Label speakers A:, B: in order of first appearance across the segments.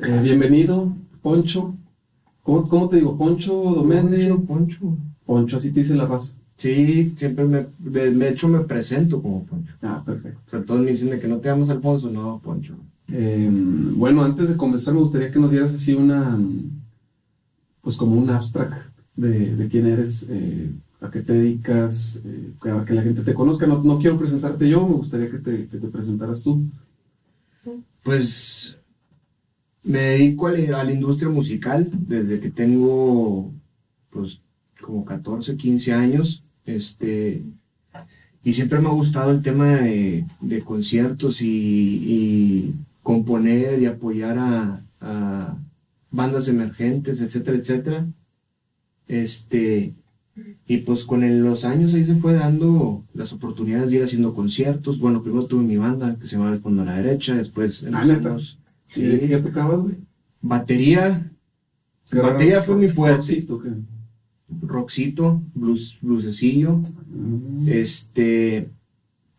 A: Eh, bienvenido, Poncho. ¿Cómo, cómo te digo? ¿Poncho Doméndez?
B: Poncho, Poncho.
A: Poncho, así te dice la raza.
B: Sí, siempre me, de, de hecho me presento como Poncho.
A: Ah, perfecto.
B: O sea, todos me dicen de que no te llamas Alfonso, no, Poncho.
A: Eh, bueno, antes de comenzar, me gustaría que nos dieras así una. Pues como un abstract de, de quién eres, eh, a qué te dedicas, eh, para que la gente te conozca. No, no quiero presentarte yo, me gustaría que te, que te presentaras tú.
B: Pues me dedico a la, a la industria musical desde que tengo, pues, como 14, 15 años. Este, y siempre me ha gustado el tema de, de conciertos y, y componer y apoyar a, a bandas emergentes, etcétera, etcétera. Este, y pues con el- los años ahí se fue dando las oportunidades de ir haciendo conciertos. Bueno, primero tuve mi banda que se llamaba El Fondo a la Derecha, después
A: Ah, ¿neta?
B: empezamos.
A: ¿Y de qué ya tocabas, güey?
B: Batería, batería fue mi fuerte.
A: Rockcito, ¿qué?
B: rockcito, blues, bluesecillo. Este,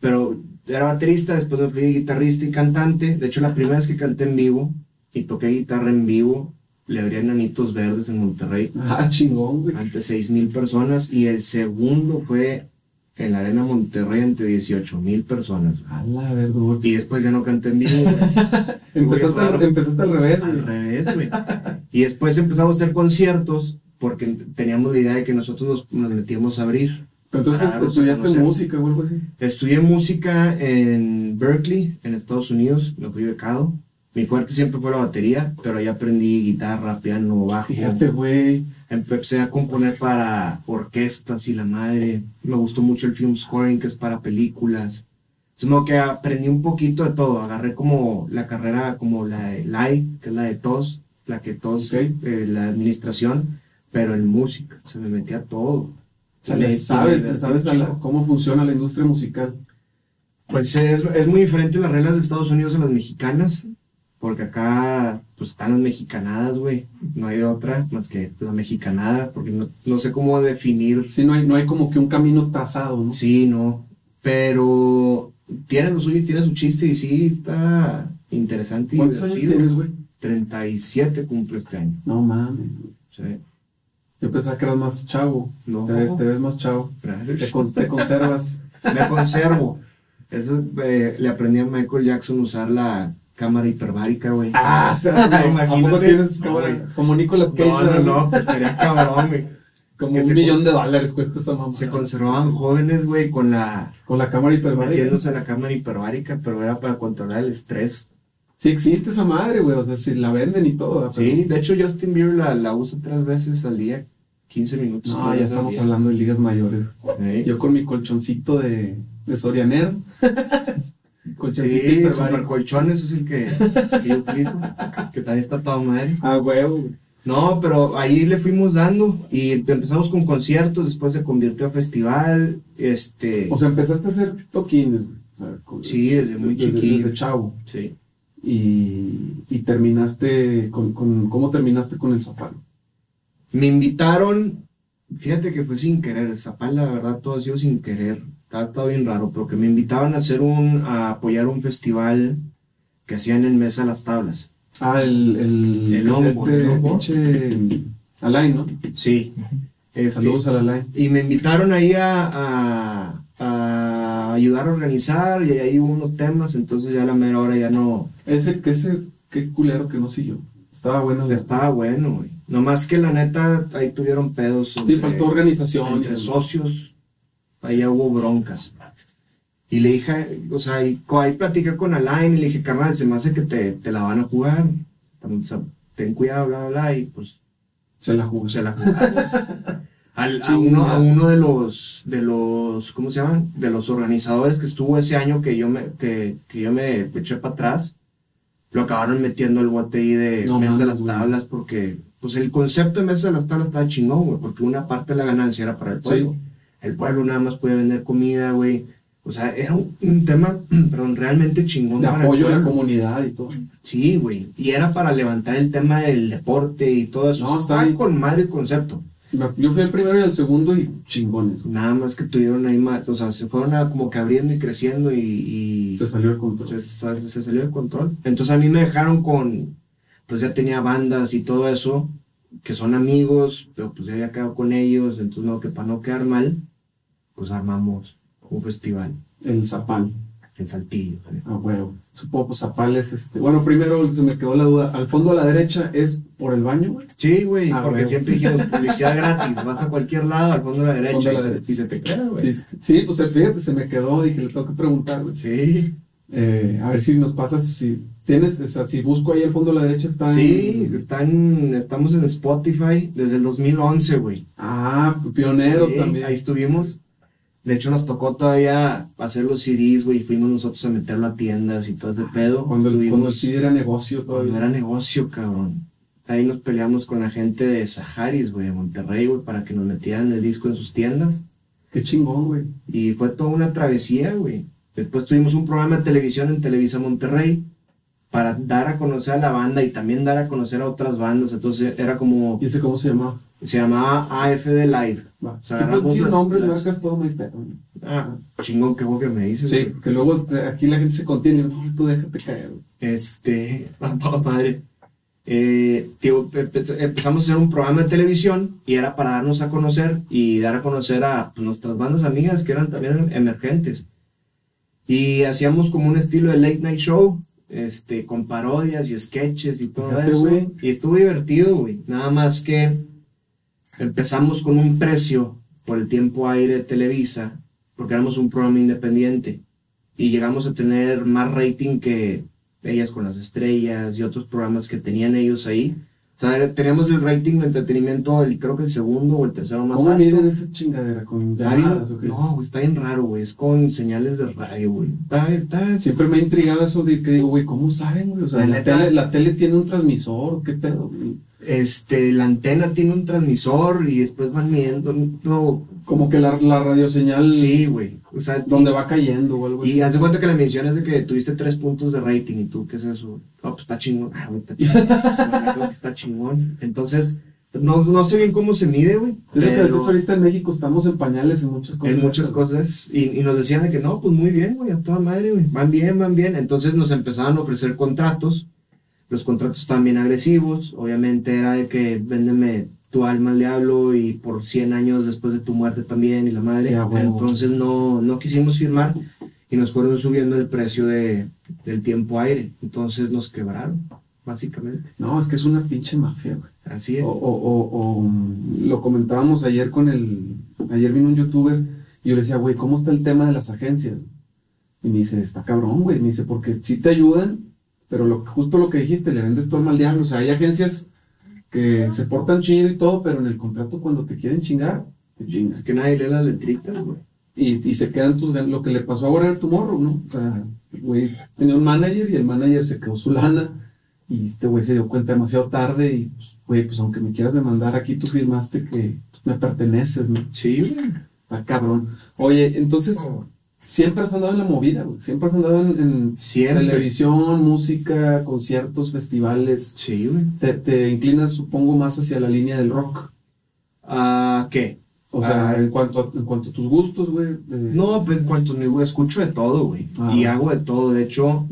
B: pero era baterista, después me fui guitarrista y cantante. De hecho, la primera vez que canté en vivo y toqué guitarra en vivo, le abrí a Nanitos Verdes en Monterrey,
A: Ah, chingón, güey.
B: ante 6.000 personas. Y el segundo fue en la Arena Monterrey, ante 18.000 personas.
A: A la verdad.
B: Y después ya no canté en vivo. güey.
A: Empezaste,
B: Muy
A: al,
B: raro.
A: empezaste al revés, güey.
B: Al revés, güey. Y después empezamos a hacer conciertos porque teníamos la idea de que nosotros nos, nos metíamos a abrir.
A: Pero entonces
B: Claro,
A: estudiaste
B: o sea,
A: música o algo así.
B: Estudié música en Berkeley, en Estados Unidos, me fui becado. Mi fuerte siempre fue la batería, pero ahí aprendí guitarra, piano, bajo.
A: Fíjate, güey.
B: Empecé a componer para orquestas y la madre. Me gustó mucho el film scoring, que es para películas. Es como que aprendí un poquito de todo. Agarré como la carrera, como la de LAI, que es la de TOS, la que TOS,
A: Ok.
B: eh, la administración, pero en música. Se me metía todo.
A: O sea, le
B: Me-
A: sabes,
B: me
A: le sabes a
B: divertí.
A: la- cómo funciona la industria musical.
B: Pues es, es muy diferente las reglas de Estados Unidos a las mexicanas, porque acá pues están las mexicanadas, güey. No hay de otra más que la mexicanada, porque no, no sé cómo definir.
A: Sí, no hay, no hay como que un camino trazado, ¿no?
B: Sí, no. Pero tiene lo suyo, y tiene su chiste y sí está interesante y
A: ¿Cuántos años
B: divertido.
A: tienes, güey?
B: 37 cumplo este año.
A: No mames.
B: Sí.
A: Yo pensaba que eras más chavo.
B: No,
A: Te ves, te ves más chavo. Te,
B: gracias.
A: con- te conservas.
B: Me conservo. Eso, eh, le aprendí a Michael Jackson usar la cámara hiperbárica, güey.
A: ah, o sea, no, ¿a poco
B: Imagínate.
A: tienes como,
B: Güey.
A: como Nicolas Cage?
B: No, no,
A: ¿verdad?
B: no, pues estaría cabrón, güey.
A: Como
B: Que
A: un
B: se
A: millón
B: con-
A: de dólares cuesta esa mamá.
B: Se conservaban jóvenes, güey, con la.
A: Con la cámara hiperbárica.
B: metiéndose a la cámara hiperbárica, pero era para controlar el estrés.
A: Sí existe esa madre, güey. O sea, si la venden y todo. pero-
B: Sí, de hecho, Justin Bieber la, la usa tres veces al día, 15 minutos.
A: No,
B: cada
A: ya
B: vez
A: estamos
B: al día.
A: hablando de ligas mayores.
B: Sí.
A: Yo con mi colchoncito de, de Sorianero. colchoncito
B: Sí,
A: hiperbárico.
B: super colchones es el que, que yo utilizo, que también está toda madre.
A: Ah, huevo. güey.
B: No, pero ahí le fuimos dando y empezamos con conciertos, después se convirtió a festival, este,
A: O sea, empezaste a hacer toquines, güey. O sea, con-
B: sí, desde muy
A: desde,
B: chiquillo,
A: desde chavo.
B: sí.
A: Y, y terminaste con, con- ¿Cómo terminaste con el zapalo?
B: Me invitaron, fíjate que fue sin querer, Zapal, la verdad, todo ha sido sin querer, estaba, estaba bien raro, pero que me invitaban a hacer un, a apoyar un festival que hacían en Mesa Las Tablas.
A: Ah, el. El,
B: El
A: es
B: hongo,
A: este
B: el hongo.
A: pinche. mm, Alain, ¿no?
B: Sí. este,
A: Saludos al Alain.
B: y me invitaron ahí a, a- a ayudar a organizar y ahí hubo unos temas, entonces ya a la mera hora ya no,
A: Ese, que ese, qué culero que no siguió. Estaba bueno.
B: ya estaba bueno, güey. Nomás que la neta, ahí tuvieron pedos.
A: Sí,
B: entre-
A: faltó organización.
B: entre socios, ahí hubo broncas. Y le dije, o sea, y co- ahí platiqué con Alain y le dije, carnal, se me hace que te, te la van a jugar. O sea, ten cuidado, bla, bla, bla, y pues
A: Se la jugó.
B: se la jugaron. Al- a, uno, a uno de los, de los, ¿cómo se llaman? De los organizadores que estuvo ese año que yo me, que, que yo me eché para atrás, lo acabaron metiendo el bote ahí de
A: No
B: Mesa de
A: mames,
B: las
A: güey.
B: Tablas porque, pues el concepto de Mesa de las Tablas estaba chingón, güey, porque una parte de la ganancia era para el pueblo.
A: Sí.
B: El pueblo nada más podía vender comida, güey. O sea, era un, un tema, perdón, realmente chingón.
A: De
B: para el
A: apoyo a la
B: pueblo.
A: comunidad y todo.
B: Sí, güey. Y era para levantar el tema del deporte y todo eso.
A: No,
B: O sea,
A: está
B: estaba
A: bien.
B: con madre el concepto.
A: Me- Yo fui el primero y el segundo y chingones. güey.
B: Nada más que tuvieron ahí más, o sea, se fueron a- como que abriendo y creciendo y, pues, y
A: Se salió el control.
B: se, se- se salió de control. Entonces a mí me dejaron con, pues ya tenía bandas y todo eso, que son amigos, pero pues ya había quedado con ellos, entonces no, que para no quedar mal, pues armamos un festival
A: El Zapal,
B: en Saltillo. ¿vale?
A: a huevo. Supongo, pues Zapal es este. Bueno, primero se me quedó la duda. Al fondo a la derecha es por el baño, güey.
B: Sí, güey,
A: Ah,
B: porque
A: güey.
B: siempre dijimos publicidad gratis, vas a cualquier lado, al fondo de la derecha,
A: Fondo de la
B: y, se-
A: derecha.
B: y se te queda, güey.
A: Sí, sí, pues eh, fíjate, se me quedó, dije, le tengo que preguntar, güey.
B: Sí,
A: Eh, a ver si nos pasas, si tienes, o sea, si busco ahí al fondo a la derecha está.
B: sí, están, estamos en Spotify desde el 2011, güey.
A: Ah, pioneros
B: Sí,
A: también.
B: Ahí estuvimos. De hecho, nos tocó todavía hacer los CDs, güey, y fuimos nosotros a meterlo a tiendas y todo ese pedo.
A: Cuando, el-
B: Estuvimos-
A: cuando sí era negocio
B: Cuando
A: todavía.
B: era negocio, cabrón. Ahí nos peleamos con la gente de Saharis, güey, de Monterrey, güey, para que nos metieran el disco en sus tiendas.
A: Qué chingón, güey.
B: Y fue toda una travesía, güey. Después tuvimos un programa de televisión en Televisa Monterrey para dar a conocer a la banda y también dar a conocer a otras bandas. Entonces era como,
A: ¿Y ese cómo se llamaba?
B: se llamaba AFD Live.
A: Va.
B: sea,
A: Tú puedes
B: agarramos
A: decir
B: las-
A: nombres,
B: las-
A: marcas, todo, no hay pedo, güey.
B: Ah, chingón, qué bueno que me dices.
A: Sí,
B: güey.
A: porque luego te- aquí la gente se contiene. No, tú déjate caer, güey.
B: Este, a toda madre. Eh, tío, empe- empezamos a hacer un programa de televisión y era para darnos a conocer y dar a conocer a pues, nuestras bandas amigas que eran también emergentes. Y hacíamos como un estilo de late night show, este, con parodias y sketches y todo
A: Fíjate,
B: eso.
A: güey.
B: Y estuvo divertido, güey. Nada más que empezamos con un precio por el tiempo aire de Televisa, porque éramos un programa independiente. Y llegamos a tener más rating que Ellas con las Estrellas y otros programas que tenían ellos ahí. O sea, teníamos el rating de entretenimiento, el, creo que el segundo o el tercero más
A: ¿Cómo
B: alto.
A: miden Ah, esa chingadera? ¿Con
B: Ya había-
A: llamadas o qué?
B: no, güey, está bien raro, güey. Es con señales de radio, güey. Está, está-
A: Siempre me ha intrigado eso de que digo, güey, ¿cómo saben, güey? O sea,
B: La
A: la
B: neta-
A: tele, la tele tiene un transmisor, ¿qué pedo? güey?
B: Este, la antena tiene un transmisor y después van midiendo. No,
A: Como que la, la radioseñal
B: sí, güey. O sea,
A: donde va cayendo o algo
B: Y
A: así.
B: haz de cuenta que la medición es de que tuviste tres puntos de rating y tú, ¿qué es eso? Ah, pues está chingón. Ah, güey, está chingón. Bueno, creo que está chingón. Entonces, no, no sé bien cómo se mide, güey.
A: Es lo que
B: pero
A: decías ahorita en México, estamos en pañales en muchas cosas.
B: en muchas cosas. Y, y nos decían de que no, pues muy bien, güey, a toda madre, güey. Van bien, van bien. Entonces nos empezaban a ofrecer contratos. Los contratos estaban bien agresivos. Obviamente era de que véndeme tu alma al diablo y por 100 años después de tu muerte también y la madre.
A: Sí, a huevo.
B: Entonces no, no quisimos firmar y nos fueron subiendo el precio de, del tiempo aire. Entonces nos quebraron, básicamente.
A: No, es que es una pinche mafia, güey.
B: Así es.
A: O, o- o- o, mm, lo comentábamos ayer con el. Ayer vino un youtuber y yo le decía, güey, ¿cómo está el tema de las agencias? Y me dice, está cabrón, güey. Me dice, porque sí te ayudan, pero lo, justo lo que dijiste, le vendes todo al diablo. O sea, hay agencias que se portan chido y todo, pero en el contrato cuando te quieren chingar, te chingas.
B: Es que nadie lee las letritas, güey.
A: y, y se quedan tus gan- lo que le pasó a Warrior Tomorrow, ¿no? O sea, el güey tenía un manager y el manager se quedó su lana y este güey se dio cuenta demasiado tarde y pues, güey, pues aunque me quieras demandar aquí tú firmaste que me perteneces, ¿no?
B: Sí, güey.
A: Está cabrón. Oye, entonces siempre has andado en la movida, güey. Siempre has andado en, en
B: Siempre.
A: televisión, música, conciertos, festivales.
B: Sí, güey.
A: Te, te inclinas, supongo, más hacia la línea del rock.
B: ¿A qué?
A: O sea,
B: Ah.
A: en cuanto a, en cuanto a tus gustos, güey. eh,
B: No, pues en cuanto a mí, güey, escucho de todo, güey.
A: Ah.
B: Y hago de todo. De hecho,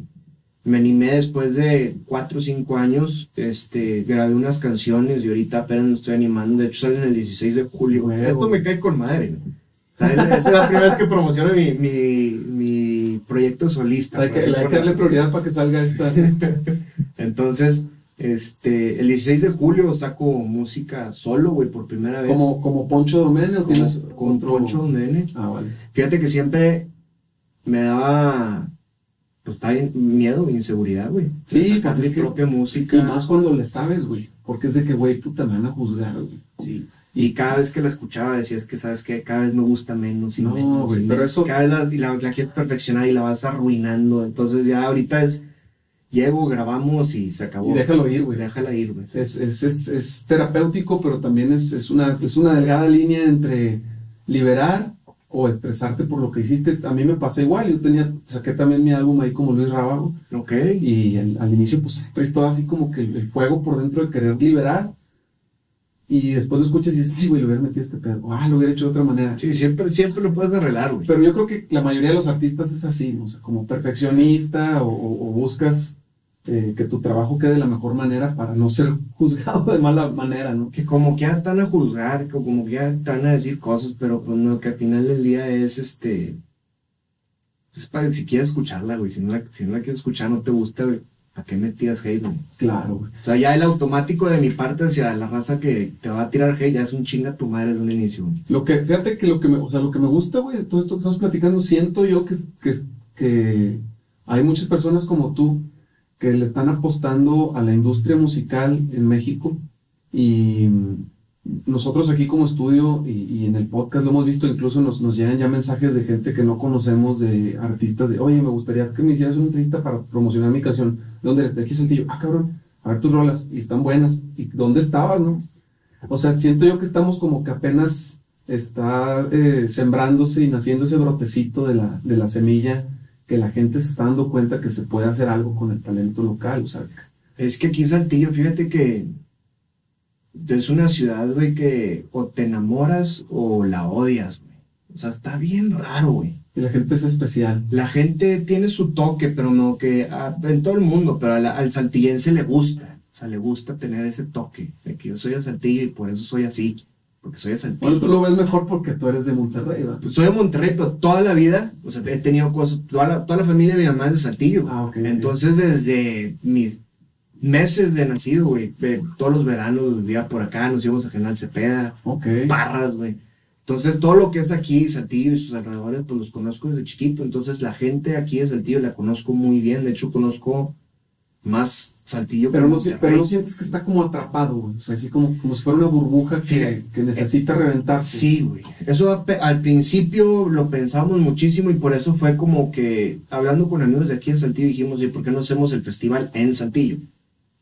B: me animé después de 4 o 5 años. Este, grabé unas canciones y ahorita apenas me estoy animando. De hecho, salen el 16 de julio.
A: Huevo.
B: Esto me cae con madre, güey. O sea, es- Esa es la primera vez que promociono mi, mi, mi proyecto solista.
A: Hay
B: por
A: que,
B: así
A: hay que darle
B: ponerlo.
A: prioridad para que salga esta.
B: Entonces, este, el 16 de julio saco música solo, güey, por primera vez.
A: Como, como Poncho Domenio,
B: Como-
A: tienes
B: con
A: otro-
B: Poncho Nene.
A: Ah, vale.
B: Fíjate que siempre me daba, pues, está bien, miedo, inseguridad, güey.
A: Sí,
B: De sacar
A: pues,
B: mi
A: es que-
B: propia
A: Y
B: música.
A: más cuando le sabes, güey. Porque es de que, güey, puta, me van a juzgar, güey.
B: Sí. Y cada vez que la escuchaba decías que, ¿sabes qué? Cada vez me gusta menos y
A: No,
B: menos. y
A: güey, pero
B: menos.
A: eso-
B: Cada vez la, y la, la quieres perfeccionar y la vas arruinando. Entonces ya ahorita es, llego, grabamos y se acabó.
A: Y déjalo ir, güey.
B: Déjala ir, güey.
A: Es, es, es, es terapéutico, pero también es, es, una, es una delgada línea entre liberar o estresarte por lo que hiciste. A mí me pasa igual. Yo tenía, saqué también mi álbum ahí como Luis Rábago.
B: Ok.
A: Y al, al inicio, pues, traes todo así como que el, el fuego por dentro de querer liberar. Y después lo escuchas y dices, ay, güey, lo hubiera metido este pedo. Ah, lo hubiera hecho de otra manera.
B: Sí, siempre, siempre lo puedes arreglar, güey.
A: Pero yo creo que la mayoría de los artistas es así, ¿no? o sea, como perfeccionista o, o- o buscas eh, que tu trabajo quede de la mejor manera para no ser juzgado de mala manera, ¿no?
B: Que como que ya están a juzgar, que como que ya están a decir cosas, pero pues no, que al final del día es este. Es para si quieres escucharla, güey. Si no la, si no la quieres escuchar, no te gusta, güey. ¿A qué metías hate, güey?
A: Claro, güey.
B: O sea, ya el automático de mi parte hacia la raza que te va a tirar hate ya es un chinga tu madre de un inicio, güey.
A: Lo que, fíjate que lo que me, o sea, lo que me gusta, güey, de todo esto que estamos platicando, siento yo que, que, que hay muchas personas como tú que le están apostando a la industria musical en México y mm, nosotros aquí como estudio y, y en el podcast lo hemos visto, incluso nos, nos llegan ya mensajes de gente que no conocemos, de artistas, de, oye, me gustaría que me hicieras una entrevista para promocionar mi canción. ¿Dónde eres? De aquí Saltillo. Ah, cabrón, a ver tus rolas, y están buenas. ¿Y dónde estabas, no? O sea, siento yo que estamos como que apenas está eh, sembrándose y naciendo ese brotecito de la, de la semilla que la gente se está dando cuenta que se puede hacer algo con el talento local, o sea,
B: Es que aquí en Saltillo, fíjate que es una ciudad, güey, que o te enamoras o la odias, güey. O sea, está bien raro, güey.
A: y la gente es especial.
B: La gente tiene su toque, pero no que ah, en todo el mundo, pero a la- al saltillense le gusta. O sea, le gusta tener ese toque de que yo soy de Saltillo y por eso soy así, porque soy de Saltillo.
A: Bueno, tú lo ves mejor porque tú eres de Monterrey, ¿verdad?
B: Pues soy de Monterrey, pero toda la vida, o sea, he tenido cosas, toda la, toda la familia de mi mamá es de Saltillo.
A: Ah, ok.
B: Entonces, desde mis meses de nacido, güey, eh, todos los veranos vivía por acá, nos íbamos a General Cepeda,
A: Ok.
B: Parras, güey. Entonces, todo lo que es aquí, Saltillo y sus alrededores, pues los conozco desde chiquito. Entonces, la gente aquí de Saltillo la conozco muy bien. De hecho, conozco más Saltillo que
A: Pero no, si-
B: Monterrey.
A: pero no sientes que está como atrapado, güey. O sea, así como, como si fuera una burbuja que,
B: Fíjate. eh,
A: que necesita reventarse.
B: Sí, güey. Eso ape- al principio lo pensamos muchísimo y por eso fue como que hablando con amigos de aquí en Saltillo dijimos, ¿y por qué no hacemos el festival en Saltillo?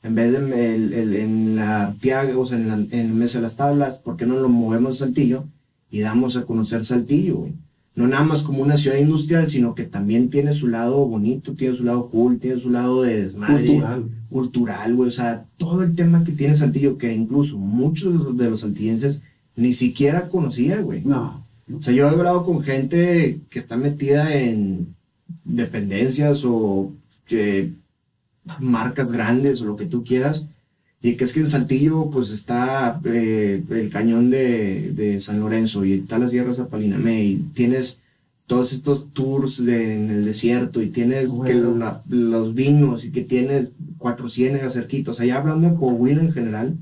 B: En vez de en, el- el- en la Arteaga, o sea, en, la, en Mesa de las Tablas, ¿por qué no lo movemos a Saltillo y damos a conocer Saltillo, güey? No nada más como una ciudad industrial, sino que también tiene su lado bonito, tiene su lado cool, tiene su lado de desmadre
A: Cultural. güey.
B: cultural, güey, o sea, todo el tema que tiene Saltillo, que incluso muchos de los- de los saltillenses ni siquiera conocían, güey.
A: No.
B: O sea, yo he hablado con gente que está metida en dependencias o que marcas grandes o lo que tú quieras, y que es que en Saltillo, pues está eh, el cañón de, de San Lorenzo y está la Sierra Zapalinamé, y tienes todos estos tours de- en el desierto, y tienes que
A: Bueno.
B: la- los vinos, y que tienes cuatro ciénegas cerquitos. O sea, ya hablando de Coahuila en general,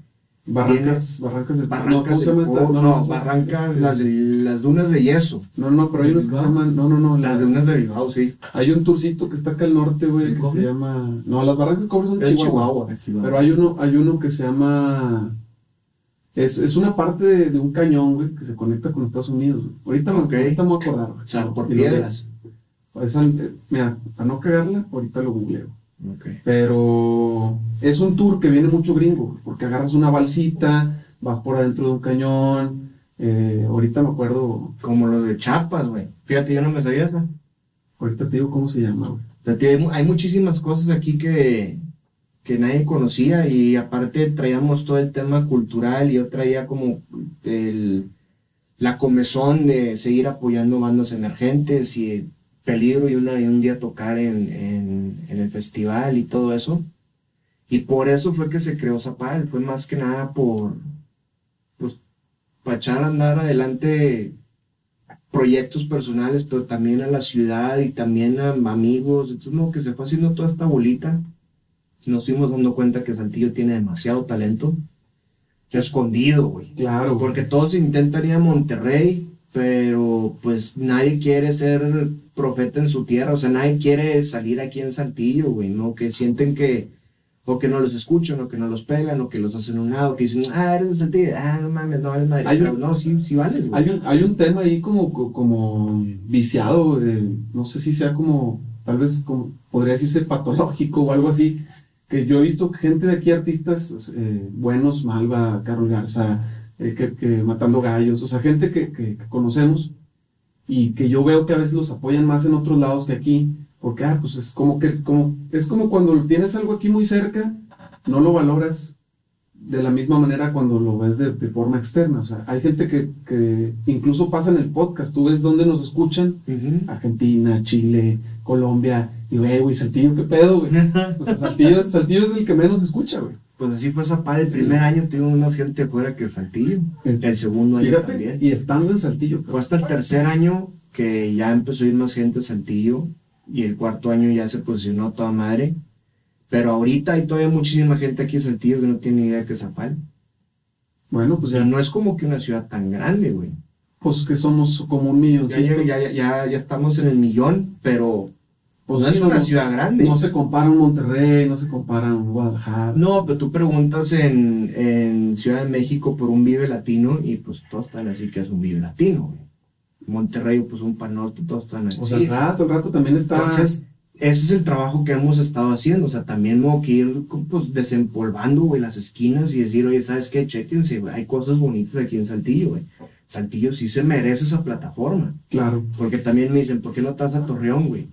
A: Barrancas,
B: Tienes
A: barrancas del no, ¿cómo
B: Barrancas,
A: se
B: del
A: llama esta?
B: Cobo- no,
A: esas-
B: Barrancas,
A: este,
B: las, de- las dunas de yeso.
A: No, no, pero hay unos que se llaman. No, no, no.
B: Las
A: la-
B: dunas de Bilbao, sí.
A: hay un turcito que está acá al norte, güey,
B: ¿El
A: que
B: cobre?
A: se llama. No, las barrancas del cobre son de
B: Es
A: Chihuahua. Pero hay uno, hay uno que se llama. Es, es una parte de, de un cañón, güey, que se conecta con Estados Unidos. güey. Ahorita, me-
B: Ok.
A: ahorita me voy a acordar. güey.
B: O sea, por
A: Y lo de-
B: piedras.
A: es al- eh, mira, para no cagarla, ahorita lo googleo. Pero es un tour que viene mucho gringo, güey, porque agarras una balsita, vas por adentro de un cañón. eh, ahorita me acuerdo,
B: Como los de Chiapas, güey. Fíjate, yo no me sabía esa.
A: ahorita te digo cómo se llama, güey.
B: O sea, tío, hay, mu- hay muchísimas cosas aquí que, que nadie conocía y aparte traíamos todo el tema cultural y yo traía como el, la comezón de seguir apoyando bandas emergentes y peligro y, una, y un día tocar en, en- en el festival y todo eso. Y por eso fue que se creó Zapal, fue más que nada por, pues, para echar a andar adelante proyectos personales, pero también a la ciudad y también a amigos. Entonces, como que se fue haciendo toda esta bolita. Nos fuimos dando cuenta que Saltillo tiene demasiado talento escondido, güey.
A: Claro, güey.
B: Porque todos intentan ir a Monterrey, pero pues nadie quiere ser profeta en su tierra. O sea, nadie quiere salir aquí en Saltillo, güey, ¿no? Que sienten que, o que no los escuchan, o que no los pelan, o que los hacen un lado, que dicen, ah, eres de Saltillo, ah, no mames, no vales madre.
A: Hay un-
B: Pero no, sí, sí vales, güey.
A: Hay un, hay un tema ahí como, co- como viciado, eh, no sé si sea como, tal vez como, podría decirse patológico o algo así, que yo he visto gente de aquí, artistas eh, buenos, Malva, Carol Garza, eh, que, que Matando Gallos, o sea, gente que, que- que conocemos y que yo veo que a veces los apoyan más en otros lados que aquí, porque, ah, pues es como que, como, es como cuando tienes algo aquí muy cerca, no lo valoras de la misma manera cuando lo ves de, de forma externa. O sea, hay gente que, que incluso pasa en el podcast, tú ves dónde nos escuchan,
B: Ujú.
A: Argentina, Chile, Colombia. Digo, eh, güey, Saltillo, ¿qué pedo, güey? O sea, Saltillo, es- Saltillo es el que menos escucha, güey.
B: Pues así fue Zapal. El primer año tuvimos más gente fuera que Saltillo.
A: Es-
B: El segundo año
A: Este, Fíjate,
B: también.
A: y estando en Saltillo, pues,
B: Fue
A: cabrón.
B: hasta el tercer año que ya empezó a ir más gente a Saltillo. Y el cuarto año ya se posicionó a toda madre. Pero ahorita hay todavía muchísima gente aquí en Saltillo que no tiene idea que es Zapal.
A: Bueno,
B: O
A: pues
B: sea,
A: ya,
B: no es como que una ciudad tan grande, güey.
A: pues que somos como un
B: Ya,
A: milloncito.
B: llega- ya, ya, ya, ya estamos en el millón, pero
A: Pues
B: no
A: sí,
B: es una ciudad grande.
A: No se compara un Monterrey, no se compara un Guadalajara.
B: No, pero tú preguntas en, en Ciudad de México por un Vive Latino y pues todos están así que es un Vive Latino, güey. Monterrey, pues un Panorte, todos están así.
A: o sea, el rato, el rato también está.
B: Entonces, ese es el trabajo que hemos estado haciendo. O sea, también tengo que ir pues, desempolvando, güey, las esquinas y decir, oye, ¿sabes qué? Chéquense, güey, hay cosas bonitas aquí en Saltillo, güey. Saltillo sí se merece esa plataforma.
A: claro.
B: Porque también me dicen, ¿por qué no estás a Torreón, güey?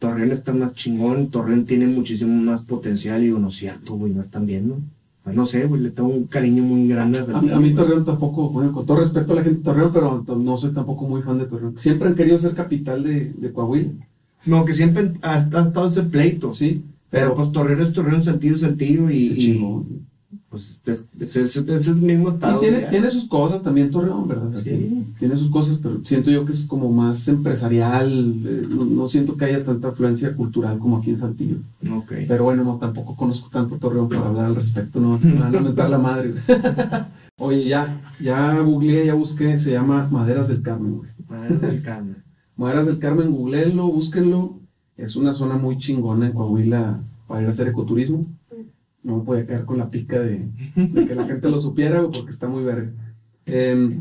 B: Torreón está más chingón, Torreón tiene muchísimo más potencial. Y digo, no es cierto, güey, no están viendo. O sea, no sé, güey, le tengo un cariño muy grande a
A: A mí,
B: Saltillo.
A: a mí
B: güey.
A: Torreón tampoco, bueno, con todo respeto a la gente de Torreón, pero t- no soy tampoco muy fan de Torreón. Siempre han querido ser capital de, de Coahuila,
B: No, que siempre ha, ha estado ese pleito.
A: sí,
B: Pero
A: pero
B: pues Torreón es Torreón, Saltillo es Saltillo. Y,
A: se
B: y,
A: chingó.
B: pues es, es- es- es el mismo
A: Y
B: estado.
A: tiene,
B: ya.
A: tiene sus cosas también Torreón, ¿verdad?
B: Sí.
A: Tiene sus cosas, pero siento yo que es como más empresarial, eh, no, no siento que haya tanta afluencia cultural como aquí en Saltillo.
B: Ok.
A: Pero bueno, no, tampoco conozco tanto Torreón para hablar al respecto, no, me van a mentar la madre. güey. Oye, ya, ya googleé, ya busqué, se llama Maderas del Carmen, güey.
B: Madre del Carmen.
A: Maderas del Carmen, googleenlo, búsquenlo. Es una zona muy chingona en Coahuila para ir a hacer ecoturismo. No me podía quedar con la pica de, de que la gente lo supiera, güey, porque está muy verga. Em,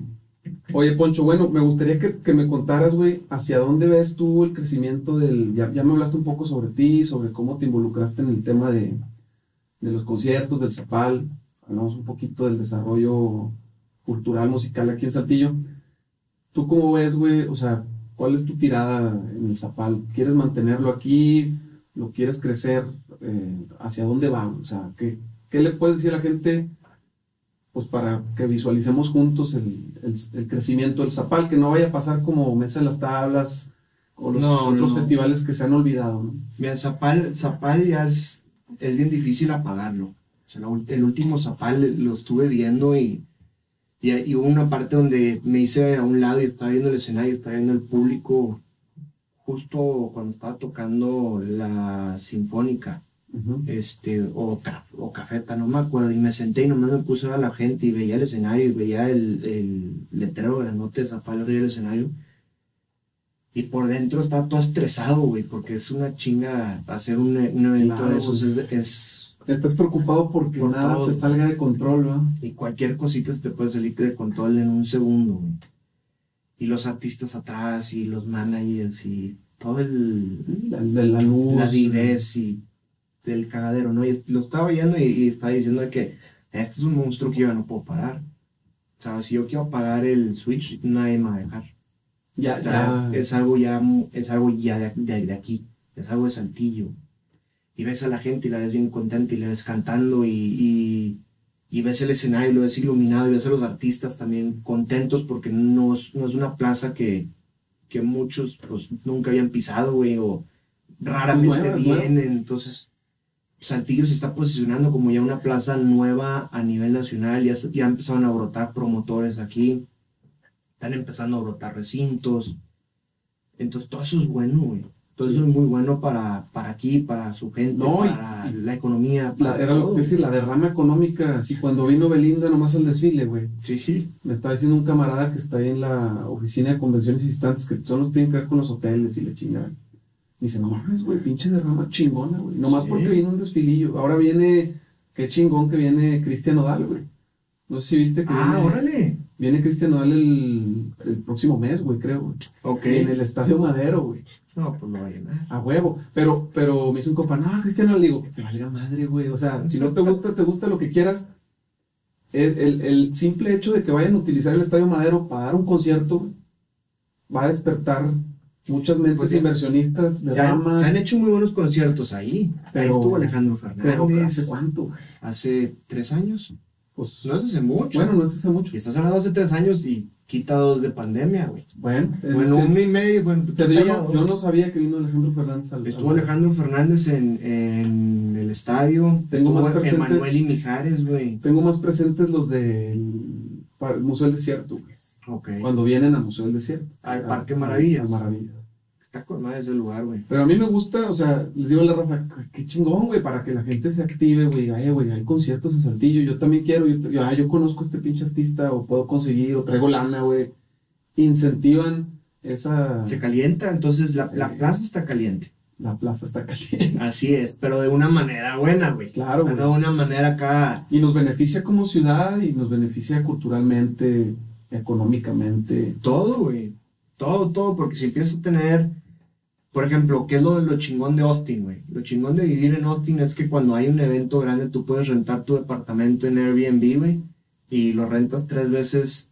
A: oye, Poncho, bueno, me gustaría que, que me contaras, güey, hacia dónde ves tú el crecimiento del... Ya, ya me hablaste un poco sobre ti, sobre cómo te involucraste en el tema de, de los conciertos, del Zapal. Hablamos un poquito del desarrollo cultural, musical aquí en Saltillo. ¿Tú cómo ves, güey? O sea, ¿cuál es tu tirada en el Zapal? ¿Quieres mantenerlo aquí? ¿Lo quieres crecer? Eh, ¿Hacia dónde va? O sea, ¿qué, ¿qué le puedes decir a la gente? Pues para que visualicemos juntos el, el- el crecimiento del Zapal, que no vaya a pasar como Mesa de las Tablas o los
B: No,
A: otros
B: no.
A: festivales que se han olvidado, ¿no?
B: Mira, Zapal, Zapal ya es, es bien difícil apagarlo. O sea, la ul- el último Zapal lo estuve viendo y, y, y hubo una parte donde me hice a un lado y estaba viendo el escenario, estaba viendo el público justo cuando estaba tocando la sinfónica
A: Ujú.
B: este, o, ca- o cafeta, no me acuerdo, y me senté y nomás me puse a ver a la gente y veía el escenario y veía el, el letrero grandote de Zapal arriba del escenario. Y por dentro estaba todo estresado, güey, porque es una chinga hacer un, un evento
A: Claro,
B: de esos. Es, es-
A: Estás preocupado porque
B: Por
A: nada
B: todo.
A: se salga de control, ¿verdad?
B: y cualquier cosita se te puede salir de control en un segundo, güey. Y los artistas atrás y los managers y todo el,
A: La, de la luz.
B: la avidez y del cagadero, ¿no? Y lo estaba viendo y, y estaba diciendo de que este es un monstruo que yo no puedo parar. O sea, si yo quiero apagar el Switch, nadie me va a dejar.
A: Ya,
B: O sea,
A: ya.
B: Es algo ya, mu- es algo ya de, de- de aquí, es algo de Saltillo. Y ves a la gente y la ves bien contenta y la ves cantando y, y, y ves el escenario, y lo ves iluminado y ves a los artistas también contentos porque no es, no es una plaza que, que muchos pues, nunca habían pisado, güey, o raramente
A: nueva, es nueva.
B: vienen. Entonces, Saltillo se está posicionando como ya una plaza nueva a nivel nacional, ya, se- ya empezaron a brotar promotores aquí, están empezando a brotar recintos, entonces todo eso es bueno, güey. Todo eso es muy bueno para, para aquí, para su gente,
A: No, y-
B: para la economía.
A: La-
B: para
A: era lo
B: todo,
A: que decir, la derrama económica. Así cuando vino Belinda nomás al desfile, güey.
B: güey. Sí,
A: Me estaba diciendo un camarada que está ahí en la oficina de convenciones y visitantes que son los que tienen que ver con los hoteles y la chingada. Me dice, no mames, güey, pinche derrama chingona, güey. Nomás
B: Sí.
A: porque viene un desfilillo. Ahora viene, qué chingón que viene Cristian Odal, güey. No sé si viste que
B: Ah,
A: viene,
B: órale.
A: viene Cristian Odal el, el próximo mes, güey, creo. güey.
B: Ok.
A: En el Estadio Madero, güey.
B: No, pues no va a llenar.
A: A huevo. Pero, pero me hizo un compa, no, Cristiano, le digo, te valga madre, güey. O sea, si no te gusta, te gusta lo que quieras. El, el- el simple hecho de que vayan a utilizar el Estadio Madero para dar un concierto güey, va a despertar muchas mentes
B: Pues sí.
A: inversionistas de
B: Se han,
A: rama.
B: se han hecho muy buenos conciertos ahí. ahí
A: Pero-
B: estuvo Alejandro
A: Pero
B: Fernández
A: ¿hace cuánto? güey?
B: hace tres años.
A: pues,
B: No es hace mucho.
A: bueno, no es hace mucho.
B: Y estás hablando hace tres años y quita dos de pandemia, güey.
A: Bueno, es
B: Bueno,
A: que-
B: un y medio, bueno,
A: te digo,
B: ya,
A: yo, no, yo no sabía que vino Alejandro Fernández al
B: Estuvo
A: al-
B: Alejandro Fernández en, en el estadio.
A: Tengo más
B: Estuvo
A: presentes.
B: Emanuel y Mijares, güey.
A: Tengo más presentes los del par- Museo del Desierto, güey.
B: Ok.
A: cuando vienen al Museo del Desierto.
B: Al
A: A-
B: Parque
A: a-
B: Maravillas.
A: a Maravillas.
B: Está con madre ese lugar, güey.
A: Pero a mí me gusta, o sea, les digo a la raza, "Qué- qué chingón, güey, para que la gente se active, güey, ay, güey, hay conciertos en Saltillo, yo también quiero, yo, yo, ah, yo conozco a este pinche artista, o puedo conseguir, o traigo lana, güey. Incentivan esa...
B: Se calienta, entonces la, la
A: Ah. Sí.
B: plaza está caliente.
A: La plaza está caliente.
B: Así es, pero de una manera buena, güey.
A: Claro,
B: O sea,
A: güey.
B: Ah, no de una manera acá.
A: Y nos beneficia como ciudad, y nos beneficia culturalmente, económicamente.
B: Todo, güey. Todo, todo, porque si empiezas a tener. Por ejemplo, ¿qué es lo, lo chingón de Austin, güey? Lo chingón de vivir en Austin es que cuando hay un evento grande tú puedes rentar tu departamento en Airbnb, güey, y lo rentas tres veces,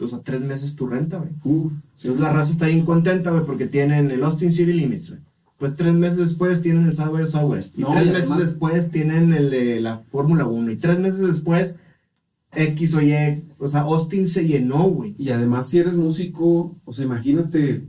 B: o sea, tres meses tu renta, güey.
A: Uf,
B: Si la raza está bien contenta, güey, porque tienen el Austin City Limits, güey. Pues tres meses después tienen el Southwest Southwest. Y
A: No,
B: tres
A: y
B: meses
A: además-
B: después tienen el de la Fórmula 1. Y tres meses después, X o Y. O sea, Austin se llenó, güey.
A: Y además, si eres músico, o sea, imagínate,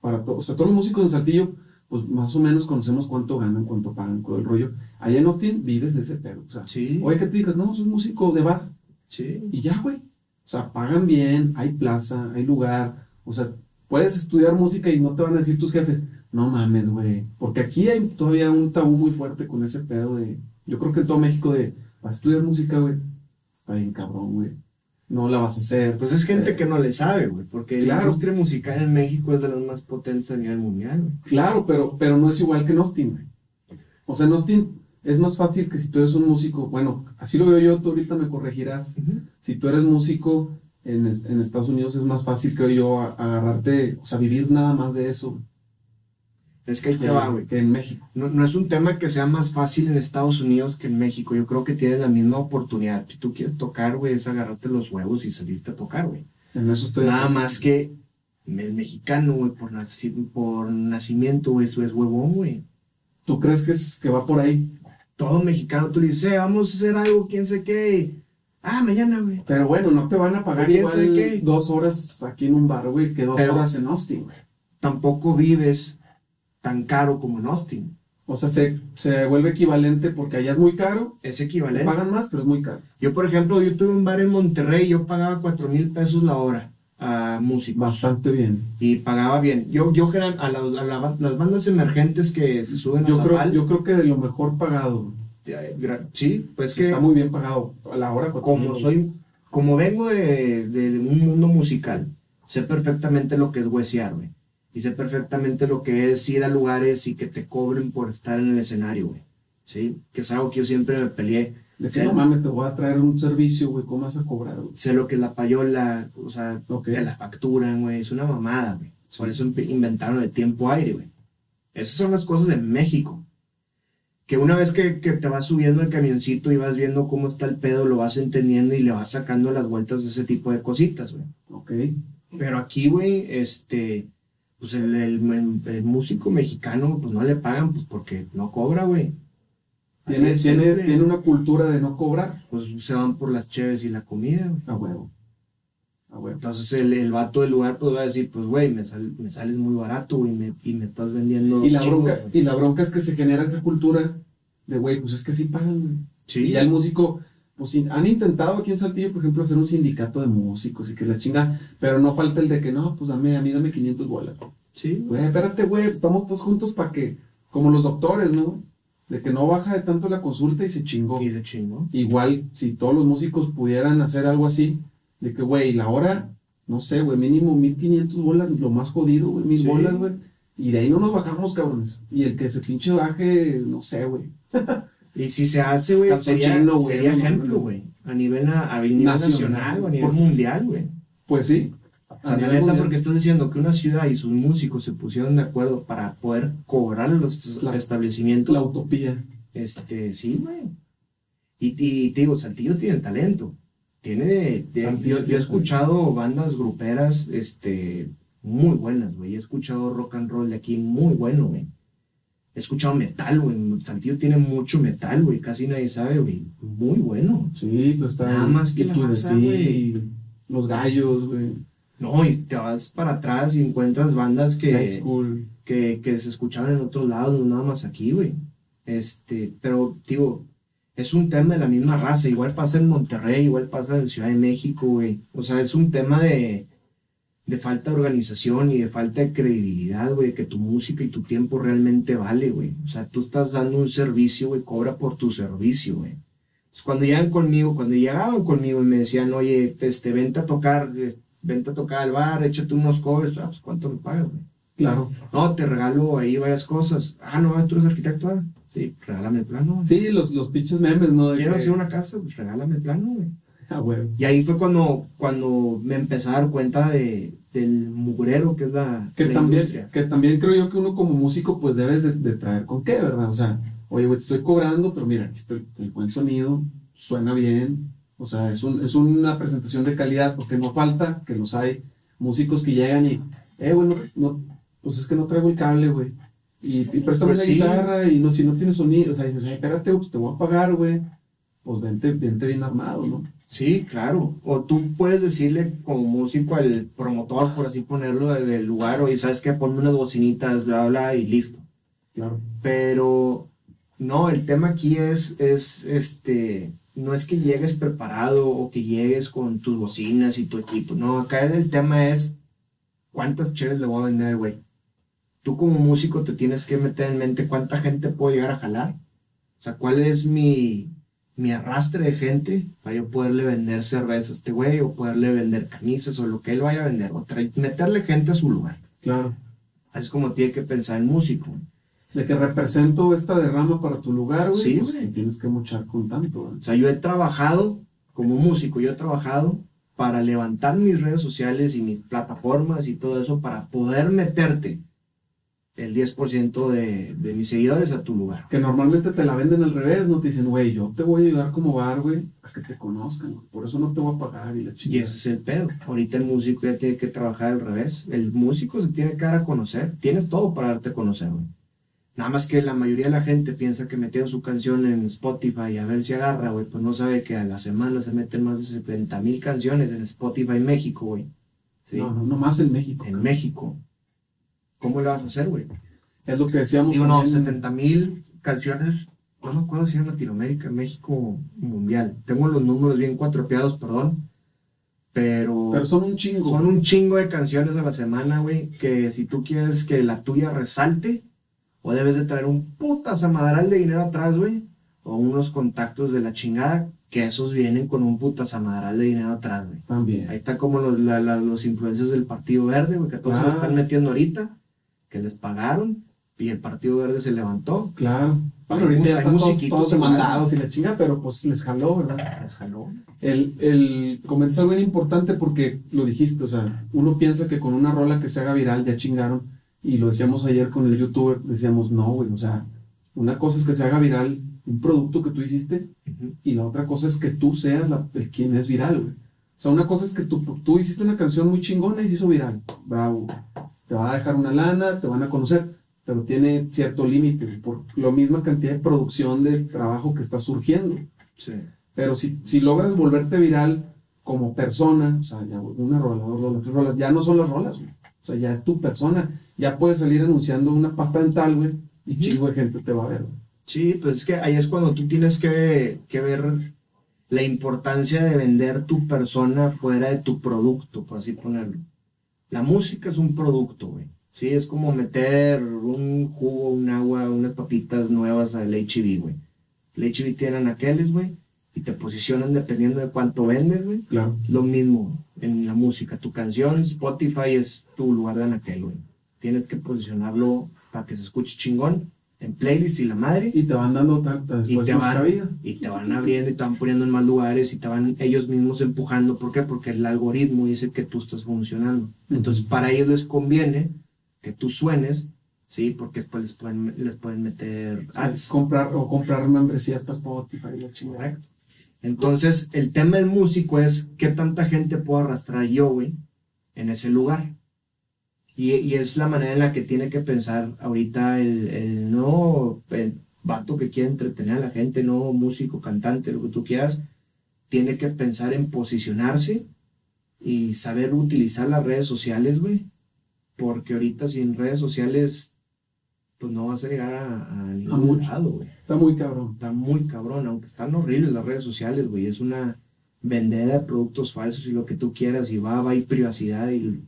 A: para to- o sea, todos los músicos en Saltillo, pues más o menos conocemos cuánto ganan, cuánto pagan, todo el rollo. Allá en Austin vives de ese pedo. O sea,
B: Sí.
A: oye, que te digas, no, soy músico de bar.
B: Sí.
A: Y ya, güey. O sea, pagan bien, hay plaza, hay lugar. O sea, puedes estudiar música y no te van a decir tus jefes, no mames, güey. Porque aquí hay todavía un tabú muy fuerte con ese pedo de, yo creo que en todo México de, vas a estudiar música, güey. Está bien cabrón, güey. No la vas a hacer.
B: Pues es gente que no le sabe, güey. Porque
A: Eh. Claro.
B: la industria musical en México es de las más potentes a nivel mundial, güey.
A: Claro, pero, pero no es igual que en Austin, güey. O sea, en Austin es más fácil que si tú eres un músico, bueno, así lo veo yo, tú ahorita me corregirás. Si tú eres músico en, es- en Estados Unidos es más fácil, creo yo, a- agarrarte, o sea, vivir nada más de eso
B: Es que ahí te
A: que,
B: va, güey.
A: que en México.
B: No, no es un tema que sea más fácil en Estados Unidos que en México. Yo creo que tienes la misma oportunidad. Si tú quieres tocar, güey, es agarrarte los huevos y salirte a tocar, güey.
A: En eso estoy de
B: Nada
A: acuerdo.
B: más que el mexicano, güey, por, naci- por nacimiento, güey, eso es huevón, güey.
A: ¿Tú crees que, es, que va por ahí?
B: Todo mexicano, tú le dices, "Eh, vamos a hacer algo, quién sé qué. y, ah, mañana, güey.
A: Pero bueno, no te van a pagar
B: Quién
A: igual
B: sabe qué.
A: dos horas aquí en un bar, güey, que dos
B: Pero-
A: horas en Austin, güey.
B: Tampoco vives tan caro como en Austin.
A: O sea, se, se vuelve equivalente porque allá es muy caro,
B: Es
A: le
B: equivalente.
A: pagan más, pero es muy caro.
B: Yo, por ejemplo, yo tuve un bar en Monterrey, yo pagaba cuatro mil pesos la hora a música.
A: Bastante bien.
B: Y pagaba bien. Yo, yo, general- a, la- a la- las bandas emergentes que se suben a
A: Yo creo,
B: Zaval,
A: yo creo que de lo mejor pagado.
B: eh, gra- sí, pues que
A: Está muy bien pagado. A la hora cuatro
B: como
A: mil.
B: soy, como vengo de, de un mundo musical, sé perfectamente lo que es huesear, güey. Y sé perfectamente lo que es ir a lugares y que te cobren por estar en el escenario, güey. ¿Sí? Que es algo que yo siempre me peleé.
A: Decir, no mames, te voy a traer un servicio, güey, ¿cómo vas a cobrar? güey?"
B: Sé lo que es la payola, o sea,
A: Ok.
B: te la facturan, güey. Es una mamada, güey. Por eso imp- inventaron el tiempo aire, güey. Esas son las cosas de México. Que una vez que, que te vas subiendo el camioncito y vas viendo cómo está el pedo, lo vas entendiendo y le vas sacando las vueltas de ese tipo de cositas, güey.
A: Ok.
B: Pero aquí, güey, este, pues el, el- el músico mexicano, pues no le pagan, pues porque no cobra, güey. Así
A: Tiene,
B: de
A: tiene,
B: simple.
A: tiene una cultura de no cobrar.
B: Pues se van por las cheves y la comida, güey.
A: A huevo. A huevo.
B: Entonces el, el vato del lugar pues va a decir, pues güey, me, sal- me sales muy barato, güey, me- y me estás vendiendo...
A: Y la,
B: chingos,
A: bronca,
B: güey".
A: y la bronca es que se genera esa cultura de, güey, pues es que sí pagan, güey.
B: Sí,
A: Y ya el músico, pues sí, han intentado aquí en Saltillo, por ejemplo, hacer un sindicato de músicos y que la chinga, pero no falta el de que no, pues dame, a mí dame 500 bolas.
B: sí.
A: Güey, espérate, güey, pues estamos todos juntos para que, como los doctores, ¿no? De que no baja de tanto la consulta y se chingó.
B: Y de chingo.
A: Igual, si todos los músicos pudieran hacer algo así, de que, güey, la hora, no sé, güey, mínimo 1500 bolas, lo más jodido, güey, mil
B: Sí.
A: bolas, güey. Y de ahí no nos bajamos, cabrones. Y el que se pinche baje, no sé, güey.
B: Y si se hace, güey,
A: Calzoncillo,
B: sería,
A: güey,
B: sería
A: no mames.
B: ejemplo, güey. A nivel, na- a nivel nacional, güey, a nivel
A: Por-
B: mundial, güey.
A: Pues sí.
B: O sea, la
A: Algo
B: neta,
A: de-
B: porque estás diciendo que una ciudad y sus músicos se pusieron de acuerdo para poder cobrar a los
A: La-
B: establecimientos.
A: La utopía.
B: Este, sí, güey. Y, y te digo, Saltillo tiene talento. Tiene, de-
A: Saltillo
B: yo, yo
A: tiene
B: he escuchado bandas gruperas, este, muy buenas, güey. He escuchado rock and roll de aquí muy bueno, güey. he escuchado metal, güey. Saltillo tiene mucho metal, güey. Casi nadie sabe, güey. Muy bueno.
A: Sí, pues está.
B: Nada más que la
A: Tú de
B: raza,
A: sí,
B: güey.
A: Los gallos, güey.
B: No, y te vas para atrás y encuentras bandas
A: High
B: que,
A: school.
B: que, que se escuchaban en otros lados, no nada más aquí, güey. Este, pero, digo, es un tema de la misma raza. Igual pasa en Monterrey, igual pasa en Ciudad de México, güey. O sea, es un tema de, de falta de organización y de falta de credibilidad, güey, que tu música y tu tiempo realmente vale, güey. O sea, tú estás dando un servicio, güey, cobra por tu servicio, güey. Entonces, cuando llegan conmigo, cuando llegaban conmigo y me decían, oye, este, vente a tocar, eh, vente a tocar al bar, échate unos covers, ah, pues, ¿cuánto me pagas, güey?
A: Claro.
B: No, te regalo ahí varias cosas. Ah, no, tú eres arquitecto. ah, Sí, regálame el plano.
A: Sí, los, los pinches memes, ¿no? De
B: Quiero
A: que-
B: hacer una casa, pues regálame el plano, güey.
A: Ah, güey.
B: Y ahí fue cuando, cuando me empecé a dar cuenta de, del mugrero que es la,
A: Que
B: la
A: también,
B: industria.
A: que también creo yo que uno como músico pues debes de, de traer con qué, ¿verdad? O sea, oye, güey, te estoy cobrando, pero mira, aquí estoy, el buen sonido, suena bien, o sea, es, un, es una presentación de calidad, porque no falta que los hay músicos que llegan y, eh, bueno, no, pues es que no traigo el cable, güey, y, y préstame
B: Pues
A: la
B: sí.
A: guitarra, y no, si no tiene sonido, o sea, dices, oye, espérate, pues te voy a pagar, güey, pues vente, vente bien armado, ¿no?
B: Sí, claro. O tú puedes decirle como músico al promotor, por así ponerlo, del del lugar, oye, ¿sabes qué? Ponme unas bocinitas, bla, bla, y listo.
A: Claro.
B: Pero no, el tema aquí es, es este, no es que llegues preparado o que llegues con tus bocinas y tu equipo. No, acá el tema es cuántas cheves le voy a vender, güey. Tú como músico te tienes que meter en mente cuánta gente puedo llegar a jalar. O sea, cuál es mi, mi arrastre de gente para yo poderle vender cerveza a este güey o poderle vender camisas o lo que él vaya a vender. O tra- meterle gente a su lugar.
A: Claro.
B: Así es como tiene que pensar el músico. güey.
A: De que represento esta derrama para tu lugar, güey,
B: Sí,
A: pues
B: güey.
A: te tienes que mochar con tanto, ¿eh? güey.
B: O sea, yo he trabajado como músico, yo he trabajado para levantar mis redes sociales y mis plataformas y todo eso para poder meterte el 10% de, de mis seguidores a tu lugar.
A: que normalmente te la venden al revés, no te dicen, güey, yo te voy a ayudar como bar, güey, a que te conozcan, güey, por eso no te voy a pagar y la
B: Y
A: chingada.
B: ese es el pedo. Ahorita el músico ya tiene que trabajar al revés. El músico se tiene que dar a conocer. Tienes todo para darte a conocer, güey. Nada más que la mayoría de la gente piensa que metiendo su canción en Spotify y a ver si agarra, güey, pues no sabe que a la semana se meten más de 70 mil canciones en Spotify México, güey. Sí.
A: No, no, nomás en México.
B: en México. ¿Cómo lo vas a hacer, güey?
A: Es lo que decíamos.
B: Digo, no,
A: también.
B: 70 mil canciones, no me acuerdo si en Latinoamérica, México, mundial. Tengo los números bien cuatropeados, perdón, pero,
A: Pero son un chingo.
B: son un chingo de canciones a la semana, güey, que si tú quieres que la tuya resalte, o debes de traer un puta zamadral de dinero atrás, güey, o unos contactos de la chingada, que esos vienen con un puta zamadral de dinero atrás, güey.
A: También.
B: Ahí está como los, la- la- los influencers del Partido Verde, güey, que todos se lo
A: Ah.
B: están metiendo ahorita, que les pagaron y el Partido Verde se levantó,
A: Claro. Bueno,
B: Hay
A: ahorita
B: mus-
A: ya
B: hay
A: están todos,
B: musiquitos
A: todos
B: igual.
A: demandados y la chinga, pero pues les jaló, ¿verdad?
B: les Pues, jaló.
A: El, el comenzar bien importante porque lo dijiste, o sea, uno piensa que con una rola que se haga viral ya chingaron. Y lo decíamos ayer con el youtuber, decíamos, no, güey, o sea, una cosa es que se haga viral un producto que tú hiciste y la otra cosa es que tú seas la- el quien es viral, güey. O sea, una cosa es que tú, tú hiciste una canción muy chingona y se hizo viral. Bravo. Te va a dejar una lana, te van a conocer, pero tiene cierto límite güey, por la misma cantidad de producción de trabajo que está surgiendo.
B: Sí.
A: Pero si, si logras volverte viral como persona, o sea, ya una rola, dos rolas, tres rolas, ya no son las rolas, güey. O sea, ya es tu persona. Ya puedes salir anunciando una pasta dental, güey, y
B: Ujú.
A: chingo de gente te va a ver. güey.
B: Sí, pues es que ahí es cuando tú tienes que, que ver la importancia de vender tu persona fuera de tu producto, por así ponerlo. La música es un producto, güey. Sí, es como meter un jugo, un agua, unas papitas nuevas al HB, güey. El HB tiene anaqueles, güey, y te posicionan dependiendo de cuánto vendes, güey.
A: Claro.
B: Lo mismo en la música. Tu canción, Spotify es tu lugar de anaquel, güey. Tienes que posicionarlo para que se escuche chingón en playlist y la madre
A: Y te van dando tanta después
B: te
A: más
B: van-
A: cabida.
B: y te van abriendo y te van poniendo en más lugares y te van ellos mismos empujando. ¿Por qué? Porque el algoritmo dice que tú estás funcionando. Entonces, para ellos les conviene que tú suenes, ¿sí? Porque después les pueden, les pueden meter
A: Es
B: ads.
A: comprar o comprar membresías para Spotify y la chingada.
B: Correcto. Entonces, el tema del músico es qué tanta gente puedo arrastrar yo, güey, en ese lugar. Y, y es la manera en la que tiene que pensar ahorita el, el no el vato que quiere entretener a la gente, no músico, cantante, lo que tú quieras, tiene que pensar en posicionarse y saber utilizar las redes sociales, güey. Porque ahorita sin redes sociales, pues no vas a llegar a, a ningún
A: mucho.
B: lado, güey.
A: Está muy cabrón.
B: Está muy cabrón, aunque están horribles las redes sociales, güey. Es una vendedera de productos falsos y lo que tú quieras, y va, va, y privacidad y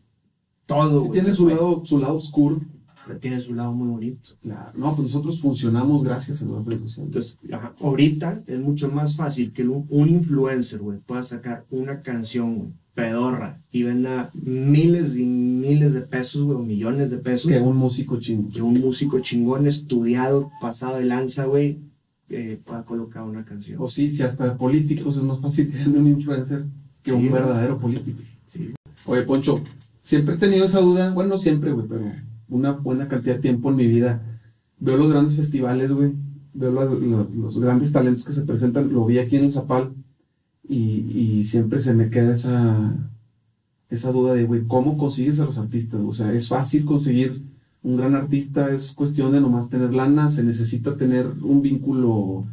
B: todo,
A: Sí,
B: Pues güey.
A: tiene
B: se
A: su
B: fue.
A: lado, su lado oscuro.
B: Pero tiene su lado muy bonito.
A: Claro. No, pues nosotros funcionamos gracias a las redes sociales.
B: Entonces, ajá, ahorita es mucho más fácil que un, un influencer, güey, pueda sacar una canción, güey, pedorra, y venda miles y miles de pesos, güey, o millones de pesos.
A: Que un músico chingo.
B: que un músico chingón, estudiado, pasado de lanza, güey, eh, pueda colocar una canción.
A: O sí, si hasta políticos es más fácil que un influencer que
B: Sí,
A: un
B: güey.
A: verdadero político.
B: Sí.
A: Oye, Poncho, siempre he tenido esa duda, bueno, no siempre, güey, pero una buena cantidad de tiempo en mi vida. Veo los grandes festivales, güey, veo la- la- los grandes talentos que se presentan, lo vi aquí en el Zapal y, y siempre se me queda esa, esa duda de, güey, ¿cómo consigues a los artistas? O sea, es fácil conseguir un gran artista, es cuestión de nomás tener lana, se necesita tener un vínculo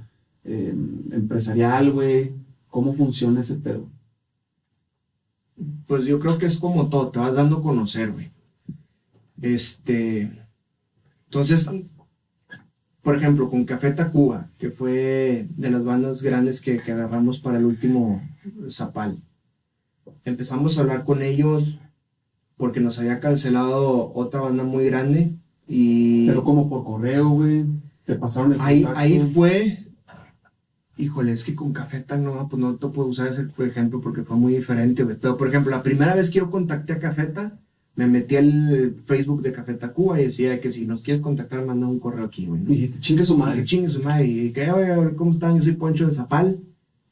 A: eh, empresarial, güey. ¿Cómo funciona ese pedo?
B: Pues yo creo que es como todo, te vas dando a conocer, güey. Este. Entonces, por ejemplo, con Café Tacuba, que fue de las bandas grandes que, que agarramos para el último Zapal. Empezamos a hablar con ellos porque nos había cancelado otra banda muy grande y
A: Pero como por correo, güey. Te pasaron el
B: ahí,
A: contacto.
B: ahí fue. Híjole, es que con Cafeta no, pues no te puedo usar ese por ejemplo porque fue muy diferente, güey. Pero, por ejemplo, la primera vez que yo contacté a Cafeta, me metí al Facebook de Cafeta Cuba y decía que si nos quieres contactar, manda un correo aquí, güey. ¿no?
A: Dijiste, chingue su
B: Madre,
A: madre.
B: chingue su madre. Y que, oye, a ver, ¿cómo están? Yo soy Poncho de Zapal.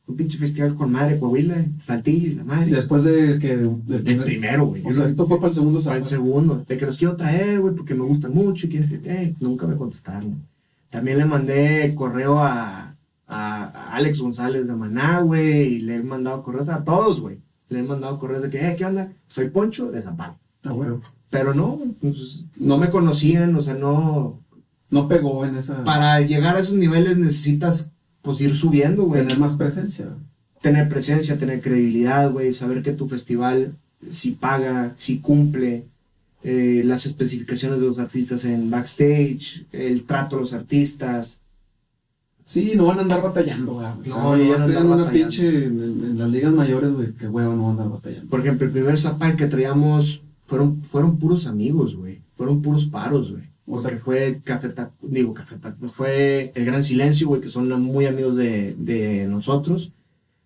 B: Un pinche festival con madre, Coahuila, Saltillo y la madre.
A: Después de que. de
B: El
A: primer-
B: primero, güey.
A: o sea, esto fue para el segundo
B: al
A: salón.
B: segundo, de que los quiero traer, güey, porque me gustan mucho y que este, eh, nunca me contestaron. También le mandé correo a, a- a Alex González de Maná, güey, y le he mandado correos a todos, güey. Le he mandado correos de que, eh, ¿qué onda? Soy Poncho de Zapal.
A: Ah, bueno.
B: Pero no, pues, no me conocían, o sea, no.
A: No pegó en esa.
B: Para llegar a esos niveles necesitas, pues, ir subiendo, güey
A: tener más presencia.
B: tener presencia, tener credibilidad, güey, saber que tu festival si paga, si cumple eh, las especificaciones de los artistas en backstage, el trato a los artistas.
A: Sí, no van a andar batallando, güey. O sea,
B: No,
A: güey,
B: no
A: ya
B: van a
A: estoy en
B: andar
A: una
B: batallando.
A: pinche. En, en las ligas mayores, güey. Que huevo, no van a andar batallando.
B: Por ejemplo, el primer Zapal que traíamos fueron, fueron puros amigos, güey, fueron puros paros, güey.
A: O
B: O
A: sea-
B: sea, fue Café Tac- digo, Café Tac- fue El Gran Silencio, güey, que son muy amigos de, de nosotros.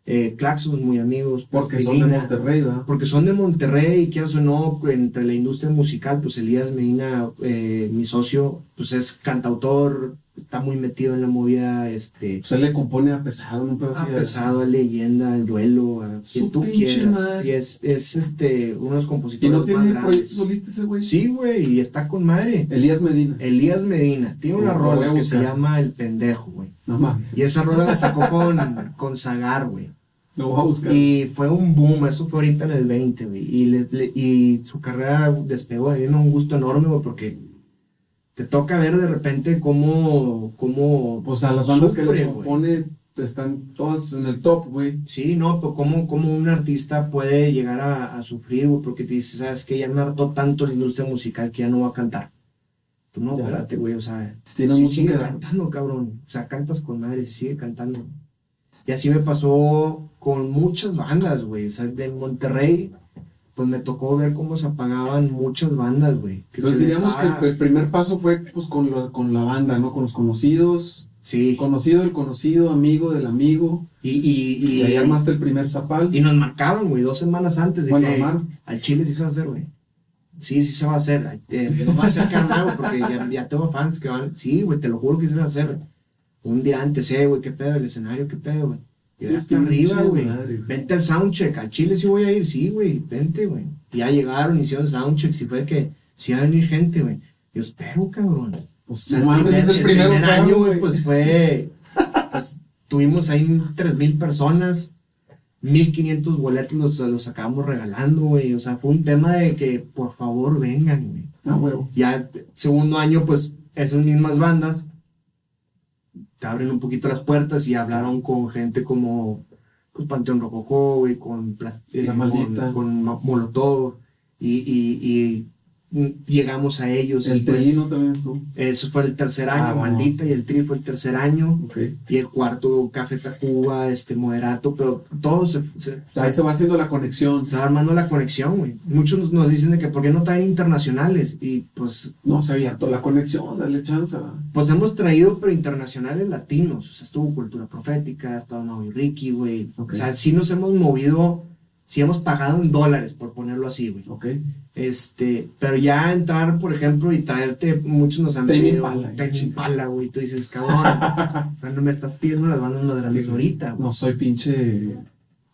B: Eh, Claxon, muy amigos.
A: Porque son de
B: Plastilina.
A: Monterrey, ¿verdad?
B: porque son de Monterrey y quieras o no, entre la industria musical, pues Elías Medina, eh, mi socio, pues es cantautor, está muy metido en la movida, este,
A: Se Pues le compone a pesado, un pedo
B: ha
A: así. de-
B: pesado a leyenda, al duelo, a
A: Ah, pues. Su
B: quien tú
A: pinche
B: quieras.
A: madre.
B: Y es, es este, uno de los
A: Y
B: compositores
A: no
B: más
A: tiene proyecto
B: grandes.
A: solista ese, güey.
B: Sí, Eh, güey, y está con madre.
A: Elías Medina.
B: Elías Medina tiene una
A: Lo voy
B: rola
A: a
B: que se
A: buscar.
B: llama El Pendejo, güey.
A: No mames.
B: Y esa rola la sacó con, con Zagar, güey.
A: Lo voy a buscar.
B: Y fue un boom, eso fue ahorita en el 20, güey. Y, le- le- y su carrera despegó, a mí me da un gusto enorme, güey, porque te toca ver de repente cómo, cómo, pues,
A: O sea, las bandas que les
B: Sufre, güey.
A: compone están todas en el top, güey.
B: sí, no, pues cómo, cómo un artista puede llegar a, a sufrir, güey, porque te dices, sabes que ya me hartó tanto la industria musical que ya no va a cantar. Tú no,
A: Ya.
B: espérate, güey, o sea,
A: Tienen
B: Sí,
A: mucho
B: sigue
A: que dar.
B: cantando, cabrón. O sea, cantas con madre, sigue cantando. Y así me pasó con muchas bandas, güey. O sea, de Monterrey, pues me tocó ver cómo se apagaban muchas bandas, güey. Que
A: Entonces
B: se les
A: diríamos que
B: daba-
A: el- el primer paso fue pues con la, con la banda, ¿no? Con los conocidos.
B: Sí.
A: Conocido del conocido, amigo del amigo.
B: Y, y,
A: Y
B: y,
A: ahí armaste el primer zapal.
B: y nos marcaban, güey, dos semanas antes de
A: bueno,
B: que
A: Amar,
B: al Chile sí se va a hacer, güey. Sí, sí se va a hacer. Eh, no va a ser carnal, porque ya, ya tengo fans que van. Sí, güey, te lo juro que se va a hacer. Un día antes, eh, güey, qué pedo, el escenario, qué pedo, güey. Y
A: Sí,
B: era hasta
A: pinche
B: arriba, güey.
A: madre, güey.
B: Vente al soundcheck, al Chile sí voy a ir, sí, güey, vente, güey. Y Ya llegaron, hicieron soundcheck, si fue que sí va a venir gente, güey. Yo espero, cabrón.
A: pues
B: O sea,
A: no mames, es el primero
B: primer
A: que hago,
B: pues, año, güey, pues fue. pues, tuvimos ahí tres mil personas. 1500 boletos los, los acabamos regalando, güey. O sea, fue un tema de que por favor vengan, güey.
A: Ah, huevo.
B: Ya segundo año, pues esas mismas bandas te abren un poquito las puertas y hablaron con gente como pues, Panteón Rococó, güey, con, Plas- eh,
A: La Maldita.
B: con, con Mo- Molotov. Y, y- y, mm, llegamos a ellos.
A: El
B: después.
A: trino también tú.
B: Eso fue el tercer
A: Ah,
B: año,
A: bueno.
B: Maldita, y el Tri fue el tercer año.
A: Ok.
B: Y el cuarto, Café Tacuba, este, Moderato, pero todo se, se-
A: O sea, ahí se va haciendo la conexión.
B: se va armando la conexión, güey. Muchos nos- nos dicen de que por qué no traen internacionales. Y pues,
A: No, se abierto la conexión, dale chance. va.
B: pues hemos traído, pero internacionales latinos. O sea, estuvo Cultura Profética, ha estado Nao y Ricky, güey.
A: Ok.
B: O sea, sí nos hemos movido, sí hemos pagado en dólares, por ponerlo así, güey.
A: Ok.
B: Este, pero ya entrar, por ejemplo, y traerte, muchos nos han
A: Tame
B: pedido
A: Impala,
B: Tame
A: sí.
B: Impala, güey. Tú dices, cabrón, o sea, no me estás pidiendo las bandas más grandes ahorita, güey.
A: No soy pinche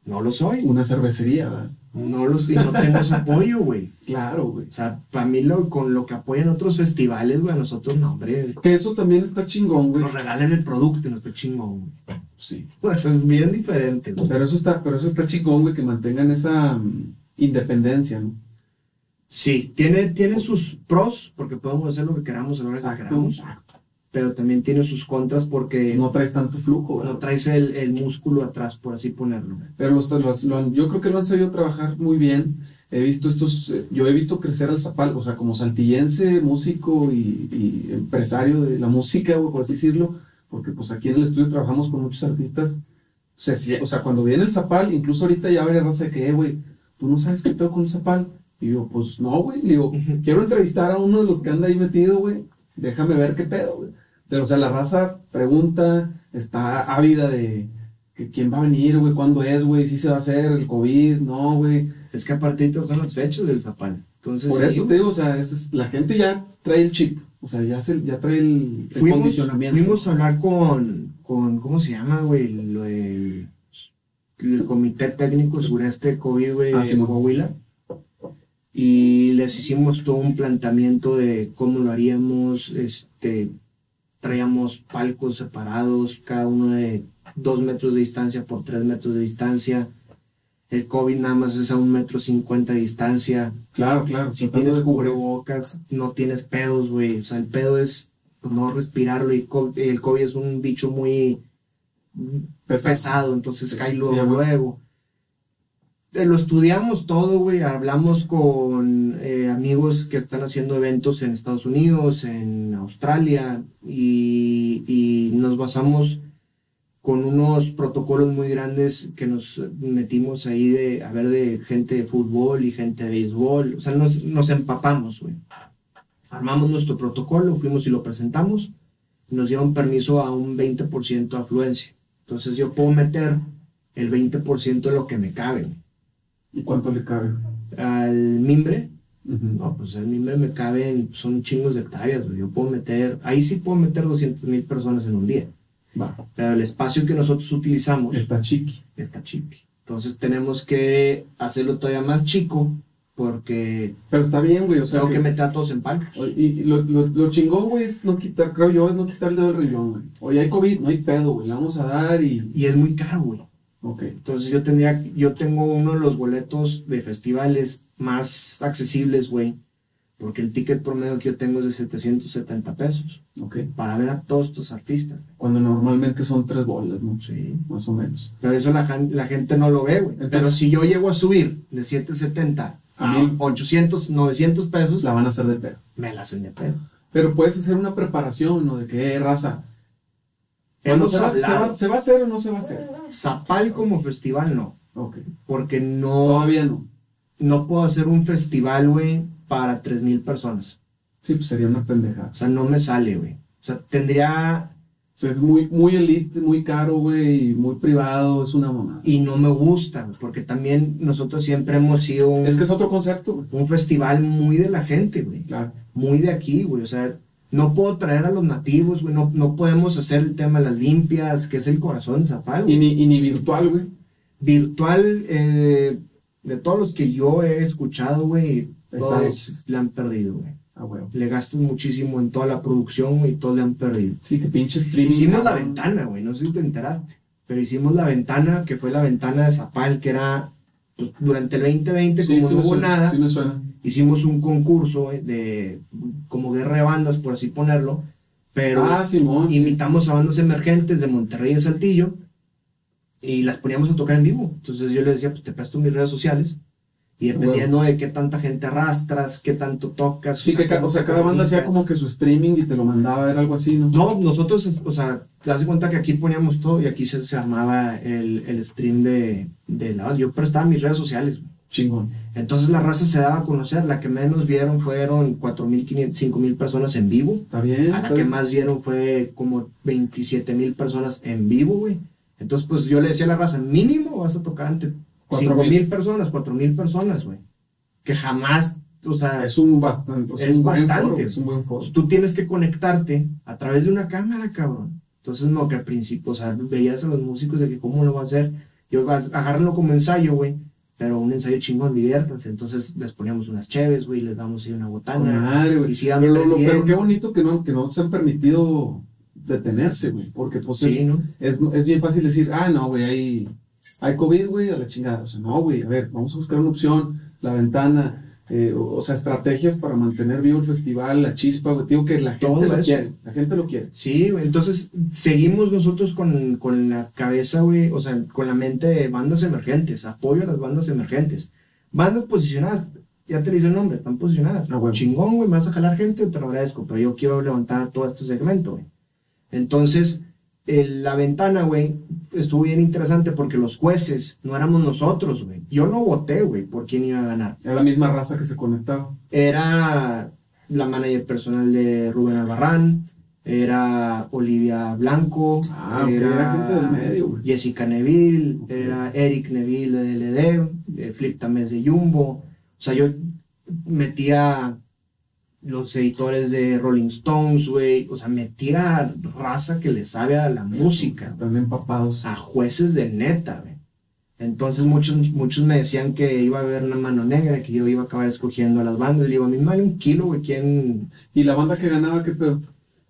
B: No lo soy.
A: una cervecería, ¿verdad?
B: No los y no tengo ese apoyo, güey.
A: Claro, güey.
B: O sea, para mí lo, con lo que apoyan otros festivales, güey, a nosotros no, hombre.
A: Que eso también está chingón, güey.
B: Nos regalan el producto y nos qué chingón, güey.
A: Sí.
B: O sea, es bien diferente, güey.
A: Pero eso está, pero eso está chingón, güey, que mantengan esa mm, independencia, ¿no?
B: Sí, tiene, tiene sus pros, porque podemos hacer lo que queramos a la hora que queramos, pero también tiene sus contras porque no,
A: eh, No traes tanto flujo, ¿verdad?
B: traes el, el músculo atrás, por así ponerlo.
A: Pero los, los- lo han- yo creo que lo han sabido trabajar muy bien. He visto estos, eh, yo he visto crecer al Zapal, o sea, como saltillense, músico y, y empresario de la música, güey, por así decirlo, porque pues aquí en el estudio trabajamos con muchos artistas. O sea, si- o sea, cuando viene el Zapal, incluso ahorita ya habría raza de que, "Eh, güey, tú no sabes qué pedo con el Zapal. Y yo, pues no, güey, le digo, quiero entrevistar a uno de los que anda ahí metido, güey. Déjame ver qué pedo, güey. Pero, o sea, la raza pregunta, está ávida de que quién va a venir, güey, cuándo es, güey, si se va a hacer el COVID, no, güey.
B: Es que aparte ahorita son las fechas del Zapal. Entonces,
A: Por
B: sí,
A: eso
B: güey.
A: te digo, o sea, es- es- la gente ya trae el chip, o sea, ya, se, ya trae el, el
B: fuimos,
A: condicionamiento.
B: fuimos a hablar con, con, ¿cómo se llama, güey? Lo del- el Comité Técnico Sureste de COVID, güey,
A: Ah,
B: de
A: Simón.
B: Coahuila. Y les hicimos todo un planteamiento de cómo lo haríamos, este, traíamos palcos separados, cada uno de dos metros de distancia por tres metros de distancia. El COVID nada más es a un metro cincuenta de distancia
A: Claro, claro.
B: si
A: tratando
B: tienes
A: de cubrir-
B: cubrebocas, no tienes pedos, güey. O sea, el pedo es pues, no respirarlo y co- el COVID es un bicho muy
A: pesado.
B: pesado, entonces
A: Sí,
B: cae
A: sí,
B: luego.
A: ya, güey.
B: luego. Eh, Lo estudiamos todo, güey. Hablamos con eh, amigos que están haciendo eventos en Estados Unidos, en Australia, y, y nos basamos con unos protocolos muy grandes que nos metimos ahí de, a ver, de gente de fútbol y gente de béisbol. O sea, nos, nos empapamos, güey. Armamos nuestro protocolo, fuimos y lo presentamos. Nos dieron permiso a un 20% de afluencia. Entonces yo puedo meter el 20% de lo que me cabe. güey.
A: ¿Y cuánto le cabe?
B: Al mimbre,
A: Ujú.
B: no, pues al mimbre me caben, son chingos de hectáreas, güey. yo puedo meter, ahí sí puedo meter 200 mil personas en un día,
A: Va,
B: pero el espacio que nosotros utilizamos
A: está chiqui.
B: está chico. Entonces tenemos que hacerlo todavía más chico porque
A: Pero está bien, güey, o sea,
B: tengo
A: que-
B: que meter a todos en palcos.
A: Y y lo, lo, lo chingón, güey, es no quitar, creo yo, es no quitar el dedo del renglón, güey. Oye, hay COVID, no hay pedo, güey, le vamos a dar y...
B: Y es muy caro, güey.
A: Ok,
B: Entonces yo tendría, yo tengo uno de los boletos de festivales más accesibles, güey, porque el ticket promedio que yo tengo es de 770 pesos
A: ok.
B: para ver a todos estos artistas.
A: Cuando normalmente son tres bolas, ¿no?
B: Sí.
A: Más o menos.
B: Pero eso la, jan- la gente no lo ve, güey.
A: Entonces-
B: Pero si yo llego a subir de 770 a
A: Ah.
B: 800, 900 pesos,
A: Pues La van a hacer de pedo.
B: me la hacen de pedo.
A: Pero puedes hacer una preparación, ¿no? De qué raza. Bueno,
B: Hemos
A: se, va, se, va,
B: hablado,
A: ¿Se va a hacer o no se va a hacer?
B: Zapal como festival no,
A: Ok.
B: porque no,
A: Todavía no.
B: no puedo hacer un festival, güey, para 3.000 personas.
A: Sí, pues sería una pendejada.
B: O sea, no me sale, güey. O sea, tendría
A: O sea, es muy, muy elite, muy caro, güey, y muy privado, es una mamada.
B: y no me gusta, güey, porque también nosotros siempre hemos sido un,
A: Es que es otro concepto, güey.
B: un festival muy de la gente, güey,
A: Claro.
B: muy de aquí, güey, o sea, no puedo traer a los nativos, güey, no, no podemos hacer el tema de las limpias, que es el corazón de Zapal,
A: Y
B: güey.
A: ni, y ni virtual, güey.
B: Virtual, eh, de todos los que yo he escuchado, güey,
A: Está
B: todos
A: bien.
B: le han perdido, güey.
A: Ah, güey.
B: Le gastas muchísimo en toda la producción, güey, y todos le han perdido.
A: Sí, que pinche streaming.
B: Hicimos la
A: cabrón.
B: ventana, güey, no sé si te enteraste. pero hicimos la ventana, que fue la ventana de Zapal, que era pues, durante el 2020,
A: Sí,
B: como
A: sí
B: no
A: me
B: hubo
A: suena,
B: nada,
A: Sí me suena.
B: hicimos un concurso eh, de como guerra de bandas, por así ponerlo, pero
A: ah, Simón. sí.
B: invitamos a bandas emergentes de Monterrey y de Saltillo y las poníamos a tocar en vivo. Entonces yo les decía, pues te presto mis redes sociales y
A: Ah,
B: dependiendo de qué tanta gente arrastras, qué tanto tocas.
A: Sí, que ca- o sea, cada banda hacía como que su streaming y te lo mandaba, era algo así, ¿no?
B: No, nosotros, es- o sea, te das cuenta que aquí poníamos todo y aquí se, se armaba el, el stream de, de la Yo prestaba mis redes sociales. güey.
A: Chingón.
B: Entonces la raza se daba a conocer. La que menos vieron fueron 4.500, 5.000 personas en vivo.
A: Está bien.
B: A
A: está
B: la que
A: bien.
B: más vieron fue como 27 mil personas en vivo, güey. Entonces, pues yo le decía a la raza, mínimo vas a tocar ante
A: Cuatro
B: 5
A: mil.
B: mil personas, 4 mil personas, güey. Que jamás, o sea,
A: Es un bastante.
B: Es
A: un buen
B: bastante.
A: foro, es un buen foro.
B: pues, tú tienes que conectarte a través de una cámara, cabrón. Entonces, no, que al principio, o sea, veías a los músicos de que cómo lo va a hacer. Yo vas- agárrenlo como ensayo, güey. Pero un ensayo chingón, diviértanse. Entonces, les poníamos unas cheves, güey, les damos ahí una
A: Con
B: botana.
A: madre, güey.
B: Ah, Y sigan
A: Pero, lo- lo- pero
B: aprendiendo.
A: qué bonito que no, que no se han permitido detenerse, güey. Porque pues es-
B: Sí, ¿no?
A: es, es bien fácil decir, ah, no, güey, hay, hay COVID, güey, a la chingada. O sea, no, güey, a ver, vamos a buscar una opción, la ventana, eh, o, o sea, estrategias para mantener vivo el festival, la chispa, güey. Digo que la gente
B: Todo
A: lo
B: eso.
A: quiere, la gente lo quiere.
B: Sí, güey, entonces seguimos nosotros con, con la cabeza, güey, o sea, con la mente de bandas emergentes, apoyo a las bandas emergentes. Bandas posicionadas, ya te dice el nombre, están posicionadas.
A: Ah, bueno.
B: Chingón, güey, me vas a jalar gente, te lo agradezco, pero yo quiero levantar todo este segmento, güey. Entonces, el- la ventana, güey, estuvo bien interesante porque los jueces no éramos nosotros, güey. Yo no voté, güey, por quién iba a ganar.
A: Era la misma raza que se conectaba.
B: Era la manager personal de Rubén Albarrán, era Olivia Blanco,
A: Ah, ok, era gente del medio, güey.
B: Jessica Neville,
A: Ok.
B: era Eric Neville de LD, de Flip Tamés de Jumbo. O sea, yo metía los editores de Rolling Stones, güey. O sea, metía raza que le sabe a la música
A: Están empapados.
B: a jueces de neta, güey. Entonces muchos, muchos me decían que iba a haber una mano negra, que yo iba a acabar escogiendo a las bandas. Le digo, a mí me vale un kilo, güey, quién
A: Y la banda que ganaba, ¿qué pedo?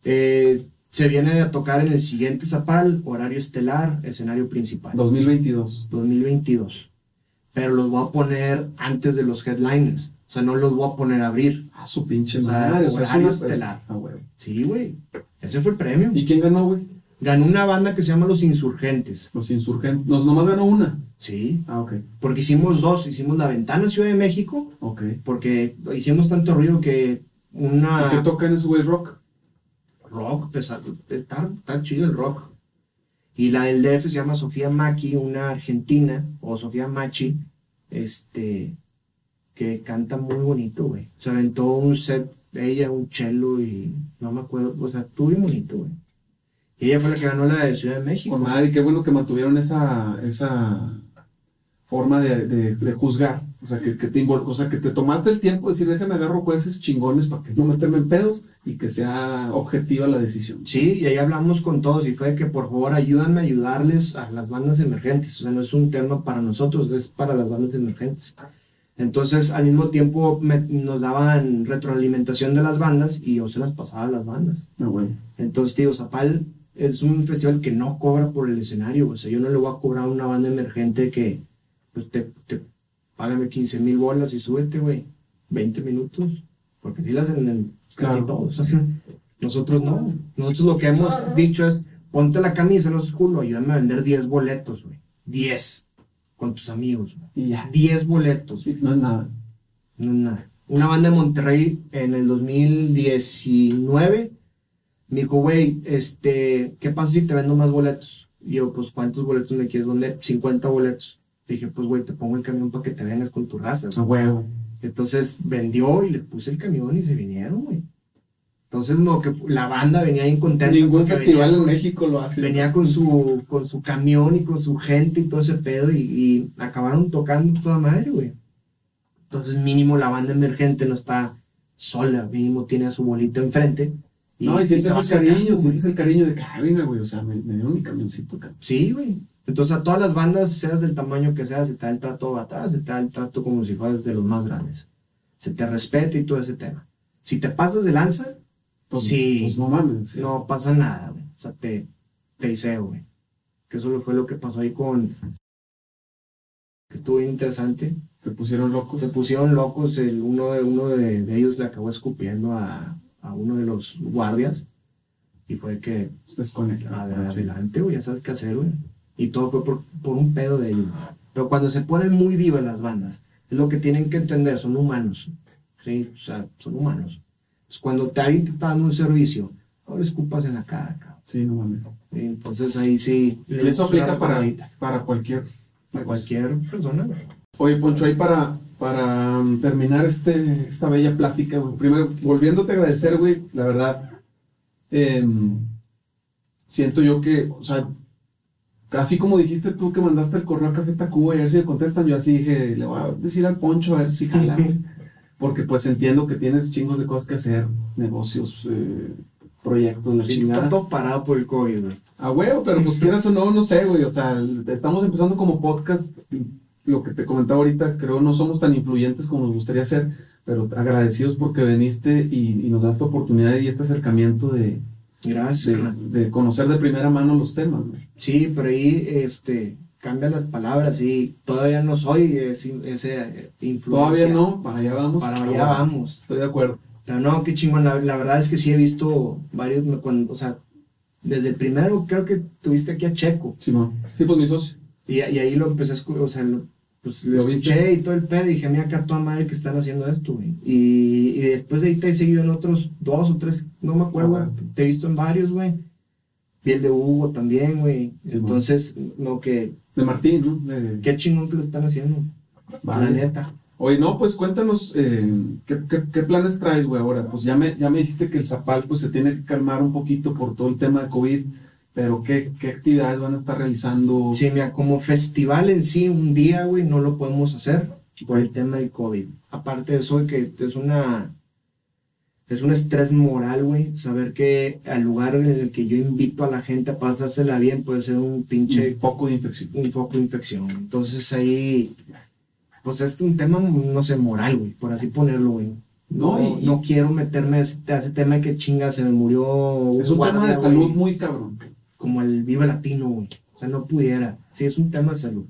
B: eh, se viene a tocar en el siguiente Zapal, horario estelar, escenario principal,
A: 2022.
B: 2022. Pero los voy a poner antes de los headliners. O sea, no los voy a poner a abrir.
A: Ah, su pinche
B: O sea,
A: madre. O sea, es una
B: horario estelar.
A: Ah, güey.
B: Sí, güey. Ese fue el premio.
A: ¿Y quién ganó, güey?
B: Ganó una banda que se llama Los Insurgentes.
A: Los insurgentes. Nos nomás ganó una.
B: Sí.
A: Ah, ok.
B: Porque hicimos dos. Hicimos La Ventana Ciudad de México
A: Ok.
B: porque hicimos tanto ruido que
A: ¿Por qué
B: una
A: tocan esos güey rock?
B: rock pesado, está, está chido el rock. Y la del DF se llama Sofía Maki, una argentina, o Sofía Machi, este, que canta muy bonito, güey. Se aventó un set, ella, un cello y no me acuerdo, o sea, estuvo bien bonito, güey. Y ella fue la que ganó la de Ciudad de México.
A: Con madre, qué bueno que mantuvieron esa, esa forma de, de- de juzgar. O sea que, que te invol- o sea, que te tomaste el tiempo de decir, déjame agarro jueces chingones para que no meterme en pedos y que sea objetiva la decisión.
B: Sí, y ahí hablamos con todos y fue que por favor ayúdenme a ayudarles a las bandas emergentes. O sea, no es un tema para nosotros, es para las bandas emergentes. Entonces, al mismo tiempo me- nos daban retroalimentación de las bandas y yo se las pasaba a las bandas.
A: No, güey.
B: Entonces, tío, Zapal es un festival que no cobra por el escenario. O sea, yo no le voy a cobrar a una banda emergente que, pues, te, te págame 15 mil bolas y súbete, güey, 20 minutos. Porque si las en el, casi
A: Claro.
B: todos. O sea, nosotros no. Nosotros lo que hemos dicho es, ponte la camisa, no es culo, ayúdame a vender 10 boletos, güey. 10. Con tus amigos, güey.
A: Y ya.
B: 10 boletos.
A: Sí, no es nada.
B: No, nada. Una banda de Monterrey en el 2019 me dijo, güey, este, ¿qué pasa si te vendo más boletos? Y yo, pues, ¿cuántos boletos me quieres vender? 50 boletos. Dije, pues, güey, te pongo el camión para que te vengas con tu raza.
A: No, huevo.
B: Entonces vendió y les puse el camión y se vinieron, güey. Entonces, no, que la banda venía bien contenta.
A: Ningún
B: porque
A: festival
B: venía-
A: en México lo hace.
B: Venía con su, con su camión y con su gente y todo ese pedo y, y acabaron tocando toda madre, güey. Entonces mínimo la banda emergente no está sola, mínimo tiene a su bolita enfrente.
A: No, y sientes
B: se va
A: el cariño,
B: acercando, güey.
A: sientes el cariño de que, ah, venga, güey, o sea, me, me dieron mi camioncito, cabrón.
B: Sí, güey. Entonces a todas las bandas, seas del tamaño que seas, se te da el trato atrás, se te da el trato como si fueras de los más grandes. Se te respeta y todo ese tema. Si te pasas de lanza,
A: Pues,
B: Sí.
A: Pues no mames. sí.
B: no pasa nada, güey. O sea, te, te hice, güey. que eso lo- fue lo que pasó ahí con... que estuvo bien interesante.
A: Se pusieron locos.
B: Se pusieron locos, el, uno, de, uno de, de ellos le acabó escupiendo a, a uno de los guardias y fue que,
A: Desconectados.
B: "Ad- adelante, güey, ya sabes qué hacer, güey. Y todo fue por, por un pedo de ellos. Pero cuando se ponen muy divas las bandas, es lo que tienen que entender, son humanos. Sí, o sea, son humanos. Entonces, cuando te- alguien te está dando un servicio, no le escupas en la cara, cabrón.
A: Sí, no mames.
B: Sí, Entonces ahí sí. pues,
A: Y eso aplica para,
B: Para Pues,
A: para cualquier.
B: cualquier persona, güey.
A: Oye, Poncho, ahí para, para mm, terminar este, esta bella plática, güey, primero, volviéndote a agradecer, güey, la verdad, em, siento yo que, o sea, así como dijiste tú que mandaste el correo a Café Tacuba y a ver si me contestan, yo así dije, le voy a decir al Poncho a ver si jala, güey. porque pues entiendo que tienes chingos de cosas que hacer, negocios, eh, proyectos, la
B: Sí,
A: chingada.
B: Está todo parado por el COVID, güey.
A: A huevo, pero pues quieras o no, no sé, güey. O sea, el- estamos empezando como podcast. Lo que te comentaba ahorita, creo no somos tan influyentes como nos gustaría ser, pero agradecidos porque viniste y, y nos das esta oportunidad y este acercamiento de,
B: Gracias.
A: de, de conocer de primera mano los temas. güey.
B: Sí, pero ahí este, cambian las palabras y todavía no soy ese, ese
A: Todavía
B: influencia.
A: no, para allá vamos.
B: Para
A: Pero
B: allá
A: bueno,
B: vamos.
A: Estoy de acuerdo.
B: Pero no, qué chingón. La, la verdad es que sí he visto varios, me- cuando- o sea, desde el primero creo que tuviste aquí a Checo.
A: Simón. Sí, pues mi socio.
B: Y, y ahí lo empecé a escuchar, o sea, lo, pues lo
A: ¿Lo viste?
B: escuché y todo el pedo, y dije, mira, acá toda madre que están haciendo esto, güey. Y, y después de ahí te he seguido en otros dos o tres, no me acuerdo,
A: Ajá.
B: te he visto en varios, güey. Vi el de Hugo también, güey.
A: Sí,
B: Entonces, no, que
A: De Martín, ¿no? De-
B: qué chingón que lo están haciendo, la
A: Vale.
B: neta.
A: Oye, no, pues cuéntanos eh, ¿qué, qué, qué planes traes, güey, ahora. Pues ya me, ya me dijiste que el Zapal pues, se tiene que calmar un poquito por todo el tema de COVID, pero ¿qué, qué actividades van a estar realizando?
B: Sí, mira, como festival en sí, un día, güey, no lo podemos hacer por el tema del COVID. Aparte de eso, de que es una. Es un estrés moral, güey. Saber que al lugar en el que yo invito a la gente a pasársela bien puede ser un pinche.
A: un poco de infección.
B: un foco de infección. Entonces ahí. Pues es un tema, no sé, moral, güey, por así ponerlo, güey. No,
A: No, y-
B: no quiero meterme a ese, a ese tema de que chinga, se me murió. un
A: Es un tema
B: guardia,
A: de salud
B: güey
A: muy cabrón.
B: como el Vive Latino, güey. O sea, no pudiera. Sí, es un tema de salud.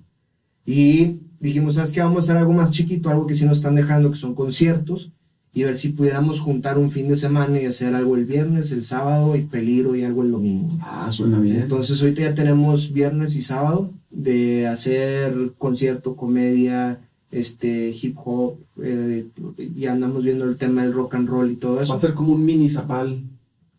B: Y dijimos, ¿sabes qué? Vamos a hacer algo más chiquito, algo que sí nos están dejando, que son conciertos, y ver si pudiéramos juntar un fin de semana y hacer algo el viernes, el sábado, y peligro y algo el domingo.
A: Ah, suena bien.
B: Entonces, ahorita ya tenemos viernes y sábado de hacer concierto, comedia, este, hip hop, eh, y andamos viendo el tema del rock and roll y todo
A: Va
B: eso,
A: a ser como un mini Zapal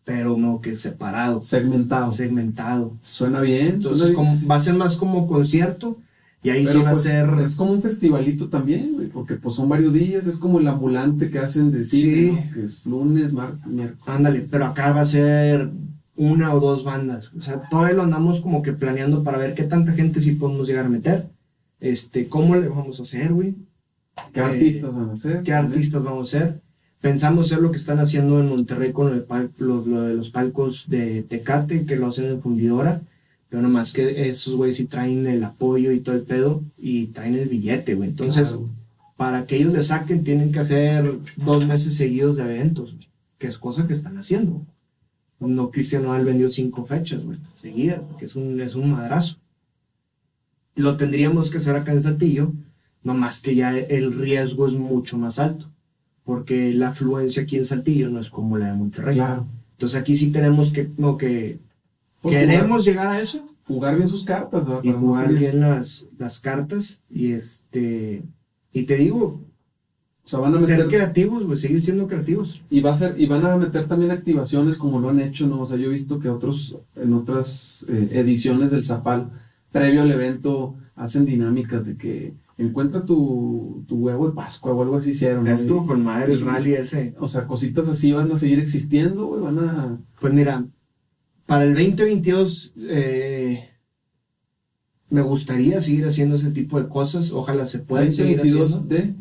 B: pero no que separado,
A: segmentado.
B: segmentado.
A: Suena bien.
B: Entonces
A: suena bien.
B: como- va a ser más como concierto y ahí sí
A: Pero,
B: va a
A: pues,
B: ser...
A: Es como un festivalito también, güey, porque pues son varios días, es como el ambulante que hacen de cine,
B: Sí.
A: ¿no? que es lunes, martes, miércoles.
B: Ándale, pero acá va a ser una o dos bandas. O sea, todavía lo andamos como que planeando para ver qué tanta gente sí podemos llegar a meter. Este, cómo le vamos a hacer, güey.
A: ¿Qué
B: Eh,
A: artistas van a ser?
B: ¿Qué artistas vamos a hacer? Pensamos hacer lo que están haciendo en Monterrey con lo de, pal- lo- lo de los palcos de Tecate, que lo hacen en fundidora. Pero nomás que esos güeyes sí traen el apoyo y todo el pedo y traen el billete, güey. Entonces,
A: Claro.
B: para que ellos le saquen, tienen que hacer dos meses seguidos de eventos, güey, que es cosa que están haciendo. No, Cristian Nodal vendió cinco fechas, güey, seguidas, que es un, es un madrazo. Lo tendríamos que hacer acá en Saltillo, nomás que ya el riesgo es mucho más alto, porque la afluencia aquí en Saltillo no es como la de Monterrey.
A: claro.
B: Entonces aquí sí tenemos que, no, que
A: Pues,
B: queremos llegar a eso,
A: jugar bien sus cartas, ¿verdad?
B: y
A: Para no
B: jugar
A: salir.
B: bien las, las cartas, y este, y te digo,
A: O sea, van a
B: Pues ser
A: meter
B: creativos, güey, seguir siendo creativos.
A: y va a ser y van a meter también activaciones como lo han hecho, ¿no? O sea, yo he visto que otros en otras eh, ediciones del Zapal previo al evento hacen dinámicas de que encuentra tu, tu huevo de Pascua o algo así hicieron. ¿no?
B: Estuvo con madre el
A: Y-
B: rally ese.
A: O sea, cositas así van a seguir existiendo, güey, van a
B: Pues mira, para el 2022 eh, me gustaría seguir haciendo ese tipo de cosas. Ojalá se puedan seguir
A: 2022
B: haciendo.
A: de,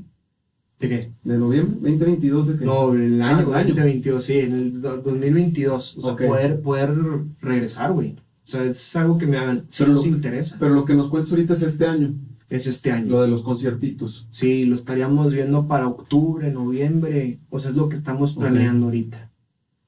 B: ¿De qué?
A: de noviembre, 2022 de que-
B: No, el
A: Ah,
B: año,
A: el año.
B: 2022, sí, en el do- 2022. O sea,
A: Ok.
B: poder, poder regresar, güey. O sea, es algo que me hagan, si
A: Pero
B: nos
A: lo-
B: interesa,
A: Pero lo que nos cuentas ahorita es este año,
B: es este año.
A: lo de los conciertitos.
B: Sí, lo estaríamos viendo para octubre, noviembre. O sea, es lo que estamos
A: Ok.
B: planeando ahorita.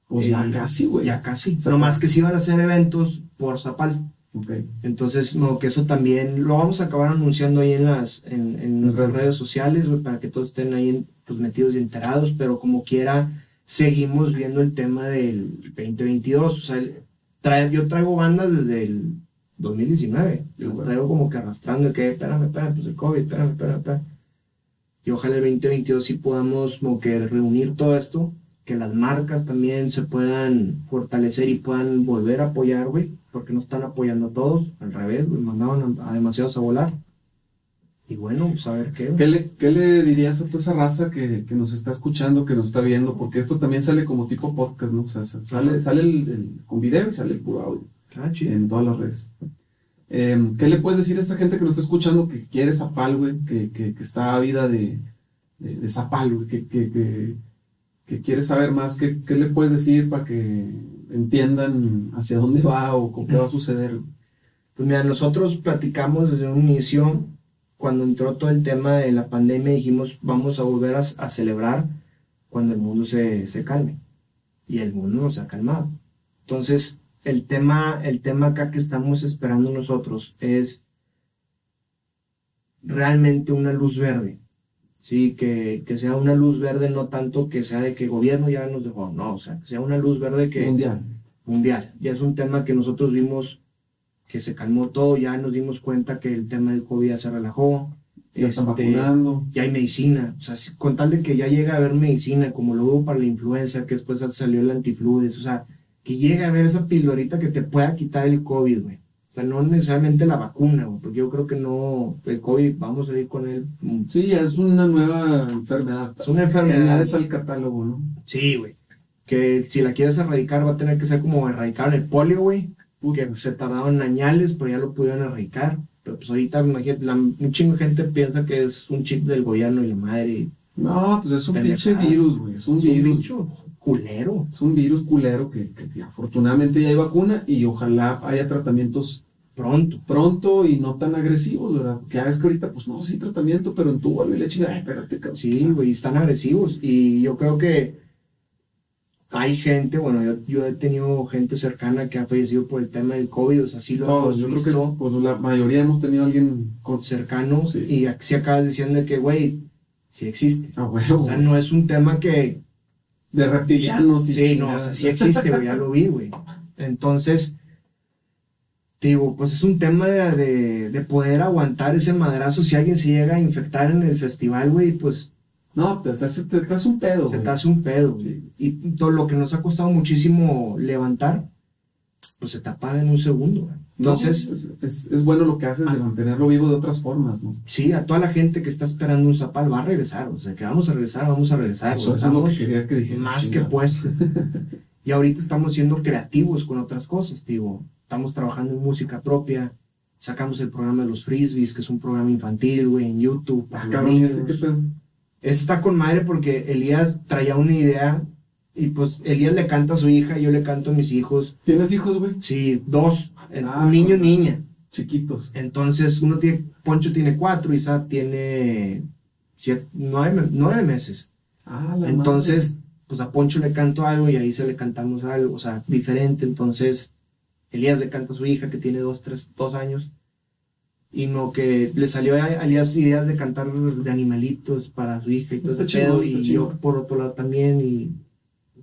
A: Pues ya
B: Eh,
A: casi, güey.
B: Ya casi.
A: Zapal.
B: No más que sí van a hacer eventos por Zapal.
A: Okay.
B: Entonces, no, que eso también lo vamos a acabar anunciando ahí en, las, en, en nuestras
A: redes.
B: redes sociales, güey, para que todos estén ahí en- pues, metidos y enterados, pero como quiera, seguimos viendo el tema del 2022. O sea, el- trae- yo traigo bandas desde el 2019,
A: Sí,
B: las
A: güey.
B: traigo como que arrastrando, que espérame, espérame, pues el COVID, espérame, espérame, espérame. Y ojalá el 2022 sí podamos como que reunir todo esto, que las marcas también se puedan fortalecer y puedan volver a apoyar, güey, porque no están apoyando a todos, al revés, güey, mandaban a, a demasiados a volar. Y bueno, pues a ver qué. güey.
A: ¿Qué le, qué le dirías a toda esa raza que, que nos está escuchando, que nos está viendo? Porque esto también sale como tipo podcast, ¿no? O sea, sa- sale, sale el, el- con video y sale el puro audio
B: Ah, chido.
A: en todas las redes. Em, ¿Qué le puedes decir a esa gente que nos está escuchando que quiere Zapal, güey? Que, que, que está ávida de, de, de Zapal, güey, que, que, que, que quiere saber más. ¿Qué, ¿Qué le puedes decir para que entiendan hacia dónde va o con qué va a suceder?
B: Pues mira, nosotros platicamos desde un inicio, cuando entró todo el tema de la pandemia, dijimos, vamos a volver a, a celebrar cuando el mundo se, se calme. Y el mundo no se ha calmado. Entonces, el tema, el tema acá que estamos esperando nosotros es realmente una luz verde. Sí, que, que sea una luz verde, no tanto que sea de que gobierno ya nos dejó, no, o sea, que sea una luz verde que
A: Mundial.
B: mundial. Ya es un tema que nosotros vimos que se calmó todo, ya nos dimos cuenta que el tema del COVID ya se relajó,
A: Ya están
B: este,
A: vacunando.
B: ya hay medicina, o sea, si- con tal de que ya llega a haber medicina, como lo hubo para la influenza, que después salió el antifludes, o sea, que llegue a haber esa pildorita que te pueda quitar el COVID, güey. O sea, no necesariamente la vacuna, güey, porque yo creo que no, el COVID, vamos a ir con él. mm,
A: Sí, ya es una nueva enfermedad.
B: Es una
A: enfermedad
B: enfermedad.
A: es al catálogo, ¿no?
B: Sí, güey. Que si la quieres erradicar, va a tener que ser como erradicar el polio, güey. que se tardaron añales, pero ya lo pudieron erradicar. Pero pues ahorita, imagínate, la, un chingo de gente piensa que es un chip del gobierno y la madre. y
A: No, pues es un
B: Pendejadas.
A: pinche virus, güey. Es un
B: es un
A: virus.
B: bicho culero.
A: es un virus culero que, que- que afortunadamente ya hay vacuna y ojalá haya tratamientos
B: Pronto.
A: pronto y no tan agresivos, ¿verdad? Que ya ves que ahorita, pues no, sí tratamiento, pero en tu y la chingada, ay, espérate, cabrón.
B: Sí, güey, están agresivos. Y yo creo que hay gente, bueno, yo, yo he tenido gente cercana que ha fallecido por el tema del COVID, o sea, sí lo
A: Todos,
B: hemos
A: yo creo
B: visto.
A: que pues, la mayoría hemos tenido a alguien con...
B: cercano
A: Sí.
B: y aquí sí acabas diciendo que, güey, sí existe.
A: Ah, huevo,
B: O sea, no es un tema que,
A: de reptilianos y
B: Sí, no, o
A: chingadas.
B: sea, sí existe, güey, ya lo vi, güey. Entonces, te digo, pues es un tema de, de- de poder aguantar ese madrazo. Si alguien se llega a infectar en el festival, güey, pues
A: No, pues hace- te estás un pedo,
B: se
A: güey.
B: te hace un pedo. güey. Y todo lo que nos ha costado muchísimo levantar, pues se te apaga en un segundo, güey.
A: No,
B: Entonces,
A: es, es bueno lo que haces de
B: Ah.
A: mantenerlo vivo de otras formas, ¿no?
B: sí, a toda la gente que está esperando un zapal va a regresar, o sea, que vamos a regresar, vamos a regresar.
A: eso
B: güey.
A: eso es lo que
B: Estamos-
A: quería que dijeras.
B: más que
A: chingada.
B: puesto. Y ahorita estamos siendo creativos con otras cosas, digo, estamos trabajando en música propia, sacamos el programa de los frisbees, que es un programa infantil, güey, en YouTube. para
A: Ah,
B: los
A: cabrón,
B: niños.
A: ese qué pedo.
B: Está con madre porque Elías traía una idea y pues Elías le canta a su hija, yo le canto a mis hijos,
A: ¿Tienes hijos, güey?
B: sí, dos, eh,
A: Ah,
B: un niño y
A: con-
B: niña.
A: Chiquitos.
B: Entonces, uno tiene, Poncho tiene cuatro, Isa tiene siete, nueve, me- nueve meses.
A: Ah, la
B: Entonces, pues a Poncho le canto algo y a Isa le cantamos algo, o sea, diferente. Entonces, Elías le canta a su hija que tiene dos, tres, dos años. Y no que le salió a a Elías ideas de cantar de animalitos para su hija y todo
A: Está
B: ese
A: chingón,
B: pedo,
A: está
B: Y
A: chingón.
B: yo por otro lado también. Y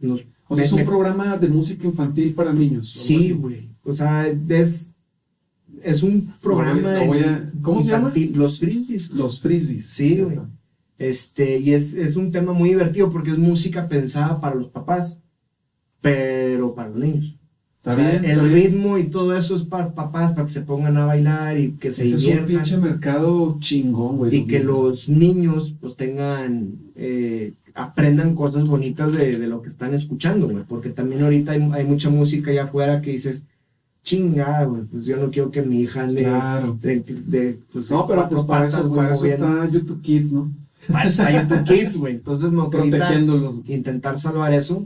B: nos, pues,
A: O sea, es
B: me-
A: un
B: me-
A: programa de música infantil para niños. algo
B: sí,
A: así.
B: güey. O sea, es, es un programa
A: Lo voy a-
B: de-
A: ¿cómo se llama?
B: infantil, Los Frisbees.
A: Los frisbees.
B: Sí,
A: Ya
B: güey.
A: está.
B: Este, y es, es un tema muy divertido porque es música pensada para los papás, pero para los niños.
A: Está
B: O sea,
A: bien.
B: el
A: está bien.
B: ritmo y todo eso es para papás, para que se pongan a bailar y que se
A: Ese es un
B: diviertan.
A: pinche mercado chingón, güey.
B: Y que los niños pues tengan, eh, aprendan cosas bonitas de, de lo que están escuchando, güey. Porque también ahorita hay, hay mucha música allá afuera que dices, chingada, güey, pues yo no quiero que mi hija ande
A: Claro.
B: de, de, pues,
A: No, pero
B: cuatro
A: pues para
B: patas,
A: eso,
B: güey,
A: para eso
B: moviendo".
A: está YouTube Kids, ¿no?
B: Para eso está YouTube Kids, güey. Entonces, no, que ahorita-
A: Protegiéndolos.
B: intentar salvar eso.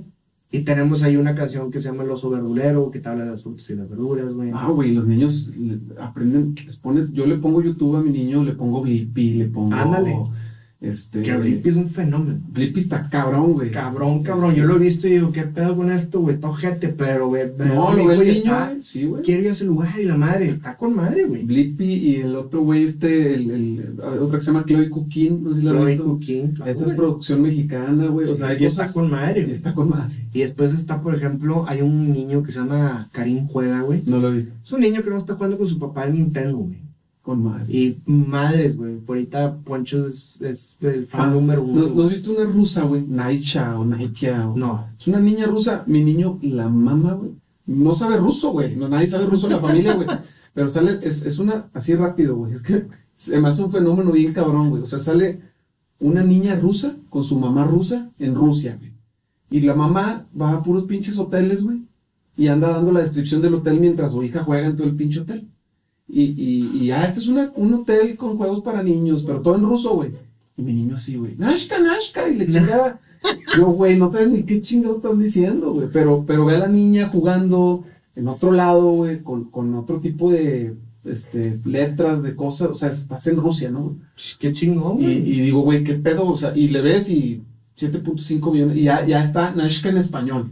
B: Y tenemos ahí una canción que se llama El oso verdulero, que te habla de las frutas y las verduras, güey.
A: Ah, güey, los niños le- aprenden, les pones, yo le pongo YouTube a mi niño, le pongo Blippi, le pongo
B: Ándale.
A: Este,
B: Que Blippi es un fenómeno.
A: Blippi está cabrón, güey.
B: Cabrón, cabrón. Yo lo he visto y digo, ¿qué pedo con esto, güey? Está ojete, pero, güey. pero
A: No,
B: mi
A: lo ve
B: hijo
A: el
B: ya
A: niño,
B: está.
A: güey, Sí, güey.
B: Quiero ir a ese lugar y la madre. Está con madre, güey.
A: Blippi y el otro güey, este, el, el- otra que se llama Chloe Cookin, no sé si la has
B: Chloe
A: visto.
B: Cooking, claro,
A: Esa es
B: güey.
A: producción mexicana, güey. O
B: Sí,
A: sea, hay
B: y está
A: cosas-
B: con madre, güey.
A: Está con madre.
B: Y después está, por ejemplo, hay un niño que se llama Karim Juega, güey.
A: No lo he visto.
B: Es un niño que no está jugando con su papá en Nintendo, güey.
A: Con madre.
B: Y madres, güey. Por ahorita Poncho es, es el fan
A: Ah,
B: número uno.
A: ¿No, no
B: güey.
A: has visto una rusa, güey? Naicha o Naikea o...
B: No.
A: Es una niña rusa. Mi niño la mama, güey. No sabe ruso, güey. No, nadie sabe ruso en la familia, güey. Pero sale, es, es una, así rápido, güey. Es que se me hace un fenómeno bien cabrón, güey. O sea, sale una niña rusa con su mamá rusa en Rusia, güey. Y la mamá va a puros pinches hoteles, güey. Y anda dando la descripción del hotel mientras su hija juega en todo el pinche hotel. Y, y, y ah, este es una, un hotel con juegos para niños, pero todo en ruso, güey. Y mi niño así, güey. Nashka, Nashka. Y le chingaba. Yo, güey, no sabes ni qué chingados están diciendo, güey. Pero, pero ve a la niña jugando en otro lado, güey, con, con otro tipo de este, letras, de cosas. O sea, estás en Rusia, ¿no?
B: Psh, Qué chingón,
A: Y,
B: güey.
A: y digo, güey, qué pedo. O sea, y le ves y 7.5 millones. Y ya, ya está Nashka en español.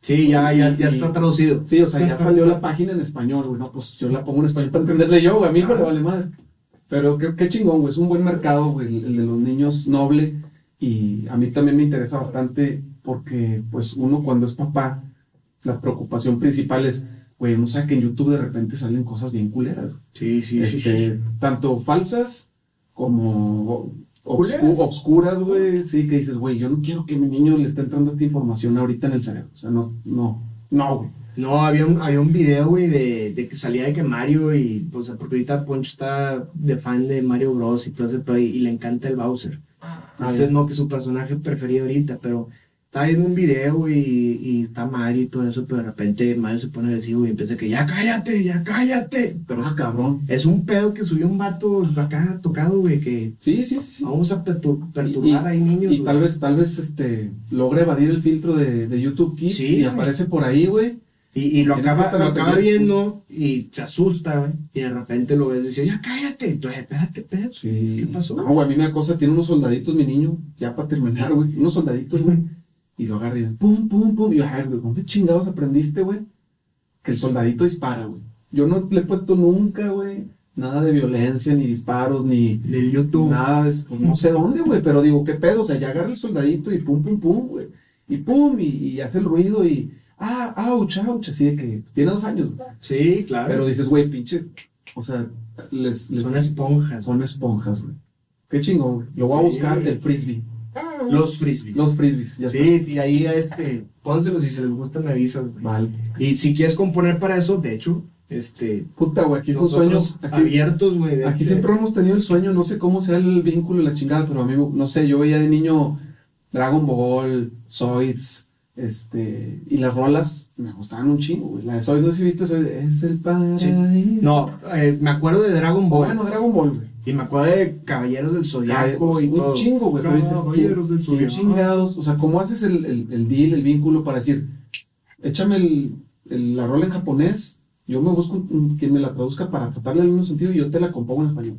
B: Sí, ya, ya, ya
A: y-
B: está traducido.
A: Sí, o sea, ya salió la página en español, güey. No, pues yo la pongo en español para entenderle yo, güey. A mí me
B: Ah.
A: vale madre. Pero qué, qué chingón, güey. Es un buen mercado, güey, el, el de los niños noble. Y a mí también me interesa bastante porque, pues, uno cuando es papá, la preocupación principal es, güey, no sé que en YouTube de repente salen cosas bien culeras. güey.
B: Sí, sí, sí.
A: Este, tanto falsas como obscu-
B: Culeras.
A: obscuras, güey. Sí, que dices, güey, yo no quiero que mi niño le esté entrando esta información ahorita en el cerebro. O sea, no, no, no, güey.
B: No, había un, había un video, güey, de, de que salía de que Mario y, o sea, porque ahorita Poncho está de fan de Mario Bros. y todo ese pedo, y, y le encanta el Bowser. Entonces,
A: Ah, ya.
B: no, que es su personaje preferido ahorita, pero está viendo un video güey, y, y está Mario y todo eso, pero de repente Mario se pone agresivo y empieza que, ya cállate, ya cállate. Pero
A: Ah, cabrón.
B: es un pedo que subió un vato pues, acá tocado, güey, que
A: Sí, sí, sí. sí.
B: vamos a pertur- perturbar ahí
A: Y
B: niños, Ah, güey.
A: tal vez, tal vez este, logre evadir el filtro de, de YouTube Kids
B: Sí,
A: y
B: güey.
A: aparece por ahí, güey.
B: Y, y lo
A: Tienes que
B: acaba,
A: estar
B: lo acaba
A: atento.
B: viendo y se asusta, güey. Y de repente lo ves y dice, ya cállate. Entonces, espérate, espérate.
A: Sí.
B: ¿Qué pasó?
A: No, güey, a mí me da cosa, tiene unos soldaditos, mi niño, ya para terminar, güey. Unos soldaditos, güey. Y lo agarra y pum, pum, pum. Y yo, ay, güey, ¿con qué chingados aprendiste, güey? Que el soldadito dispara, güey. Yo no le he puesto nunca, güey, nada de violencia, ni disparos, ni
B: Del YouTube.
A: nada. es- pues, no sé dónde, güey, pero digo, ¿qué pedo? O sea, ya agarra el soldadito y pum, pum, pum, güey. Y pum, y, y hace el ruido y, ah, ouch, ouch. Así de que tiene dos años, güey.
B: Sí, claro.
A: Pero ¿eh? dices, güey, pinche. O sea, les, les-
B: son esponjas.
A: son esponjas, güey. Qué chingón, güey. Lo voy a
B: Sí.
A: buscar el frisbee.
B: Los frisbees.
A: Los frisbees, ya está.
B: sí, y ahí a este, pónselos y si les gustan me avisas, güey.
A: Vale.
B: Y si quieres componer para eso, de hecho, este,
A: Puta, güey, aquí esos
B: nosotros
A: sueños. Aquí,
B: abiertos, güey. de-
A: aquí
B: de-
A: siempre hemos tenido el sueño, no sé cómo sea el vínculo y la chingada, pero a mí, no sé, yo veía de niño Dragon Ball, Zoids, este. Y las rolas me gustaban un chingo, güey. La de Zoids, no sé si viste, Zoids, es el paraíso.
B: No, eh, me acuerdo de Dragon Ball.
A: Bueno, Dragon Ball, güey.
B: y me acuerdo de Caballeros del Zodiaco
A: Caballeros,
B: y
A: pues, un
B: todo.
A: chingo, güey, pero dices,
B: Caballeros del
A: ¿Quién
B: Zodiaco.
A: chingados? O sea, ¿cómo haces el, el- el deal, el vínculo para decir, échame el- el- la rola en japonés, yo me busco un- un- quien me la traduzca para tratarla en el mismo sentido y yo te la compongo en español?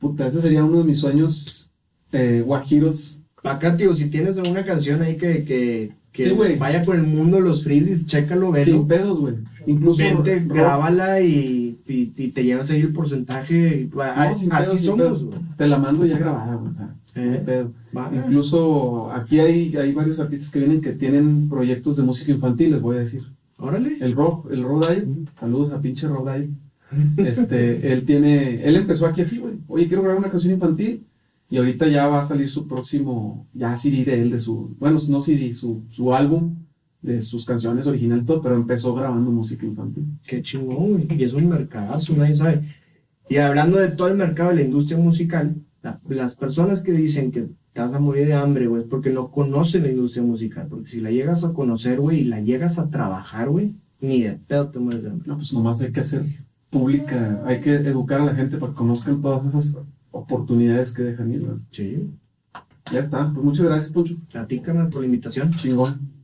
A: Puta, ese sería uno de mis sueños eh, guajiros.
B: Acá, tío, si tienes alguna canción ahí que, que, que
A: Sí, güey.
B: vaya por el mundo los frisbees, chécalo,
A: Sin
B: velo.
A: pedos, güey. Incluso.
B: Vente,
A: ro-
B: grábala y, y- y te llevas ahí el porcentaje. Ah,
A: No, sin
B: así
A: pedos, sin
B: somos,
A: pedos.
B: güey.
A: Te la mando ya grabada, güey. o sea, no hay
B: Eh,
A: pedo.
B: va.
A: Incluso aquí hay, hay varios artistas que vienen que tienen proyectos de música infantil, les voy a decir.
B: Órale.
A: El Rob, el Rob Dyer, saludos a pinche Rob Dyer. Este, él tiene, él empezó aquí así, güey. Oye, quiero grabar una canción infantil. Y ahorita ya va a salir su próximo, ya CD de él, de su, bueno, no CD, su, su álbum, de sus canciones originales, todo, pero empezó grabando música infantil.
B: Qué chingón, güey. Y es un mercadazo, nadie sabe. Y hablando de todo el mercado de la industria musical, la- las personas que dicen que te vas a morir de hambre, güey, es porque no conocen la industria musical. Porque si la llegas a conocer, güey, y la llegas a trabajar, güey, ni de pedo te mueres de hambre.
A: No, pues nomás hay que hacer pública, hay que educar a la gente para que conozcan todas esas oportunidades que dejan ir, güey.
B: Sí.
A: Ya está, pues muchas gracias, Poncho.
B: Platícame por la invitación.
A: Chingón.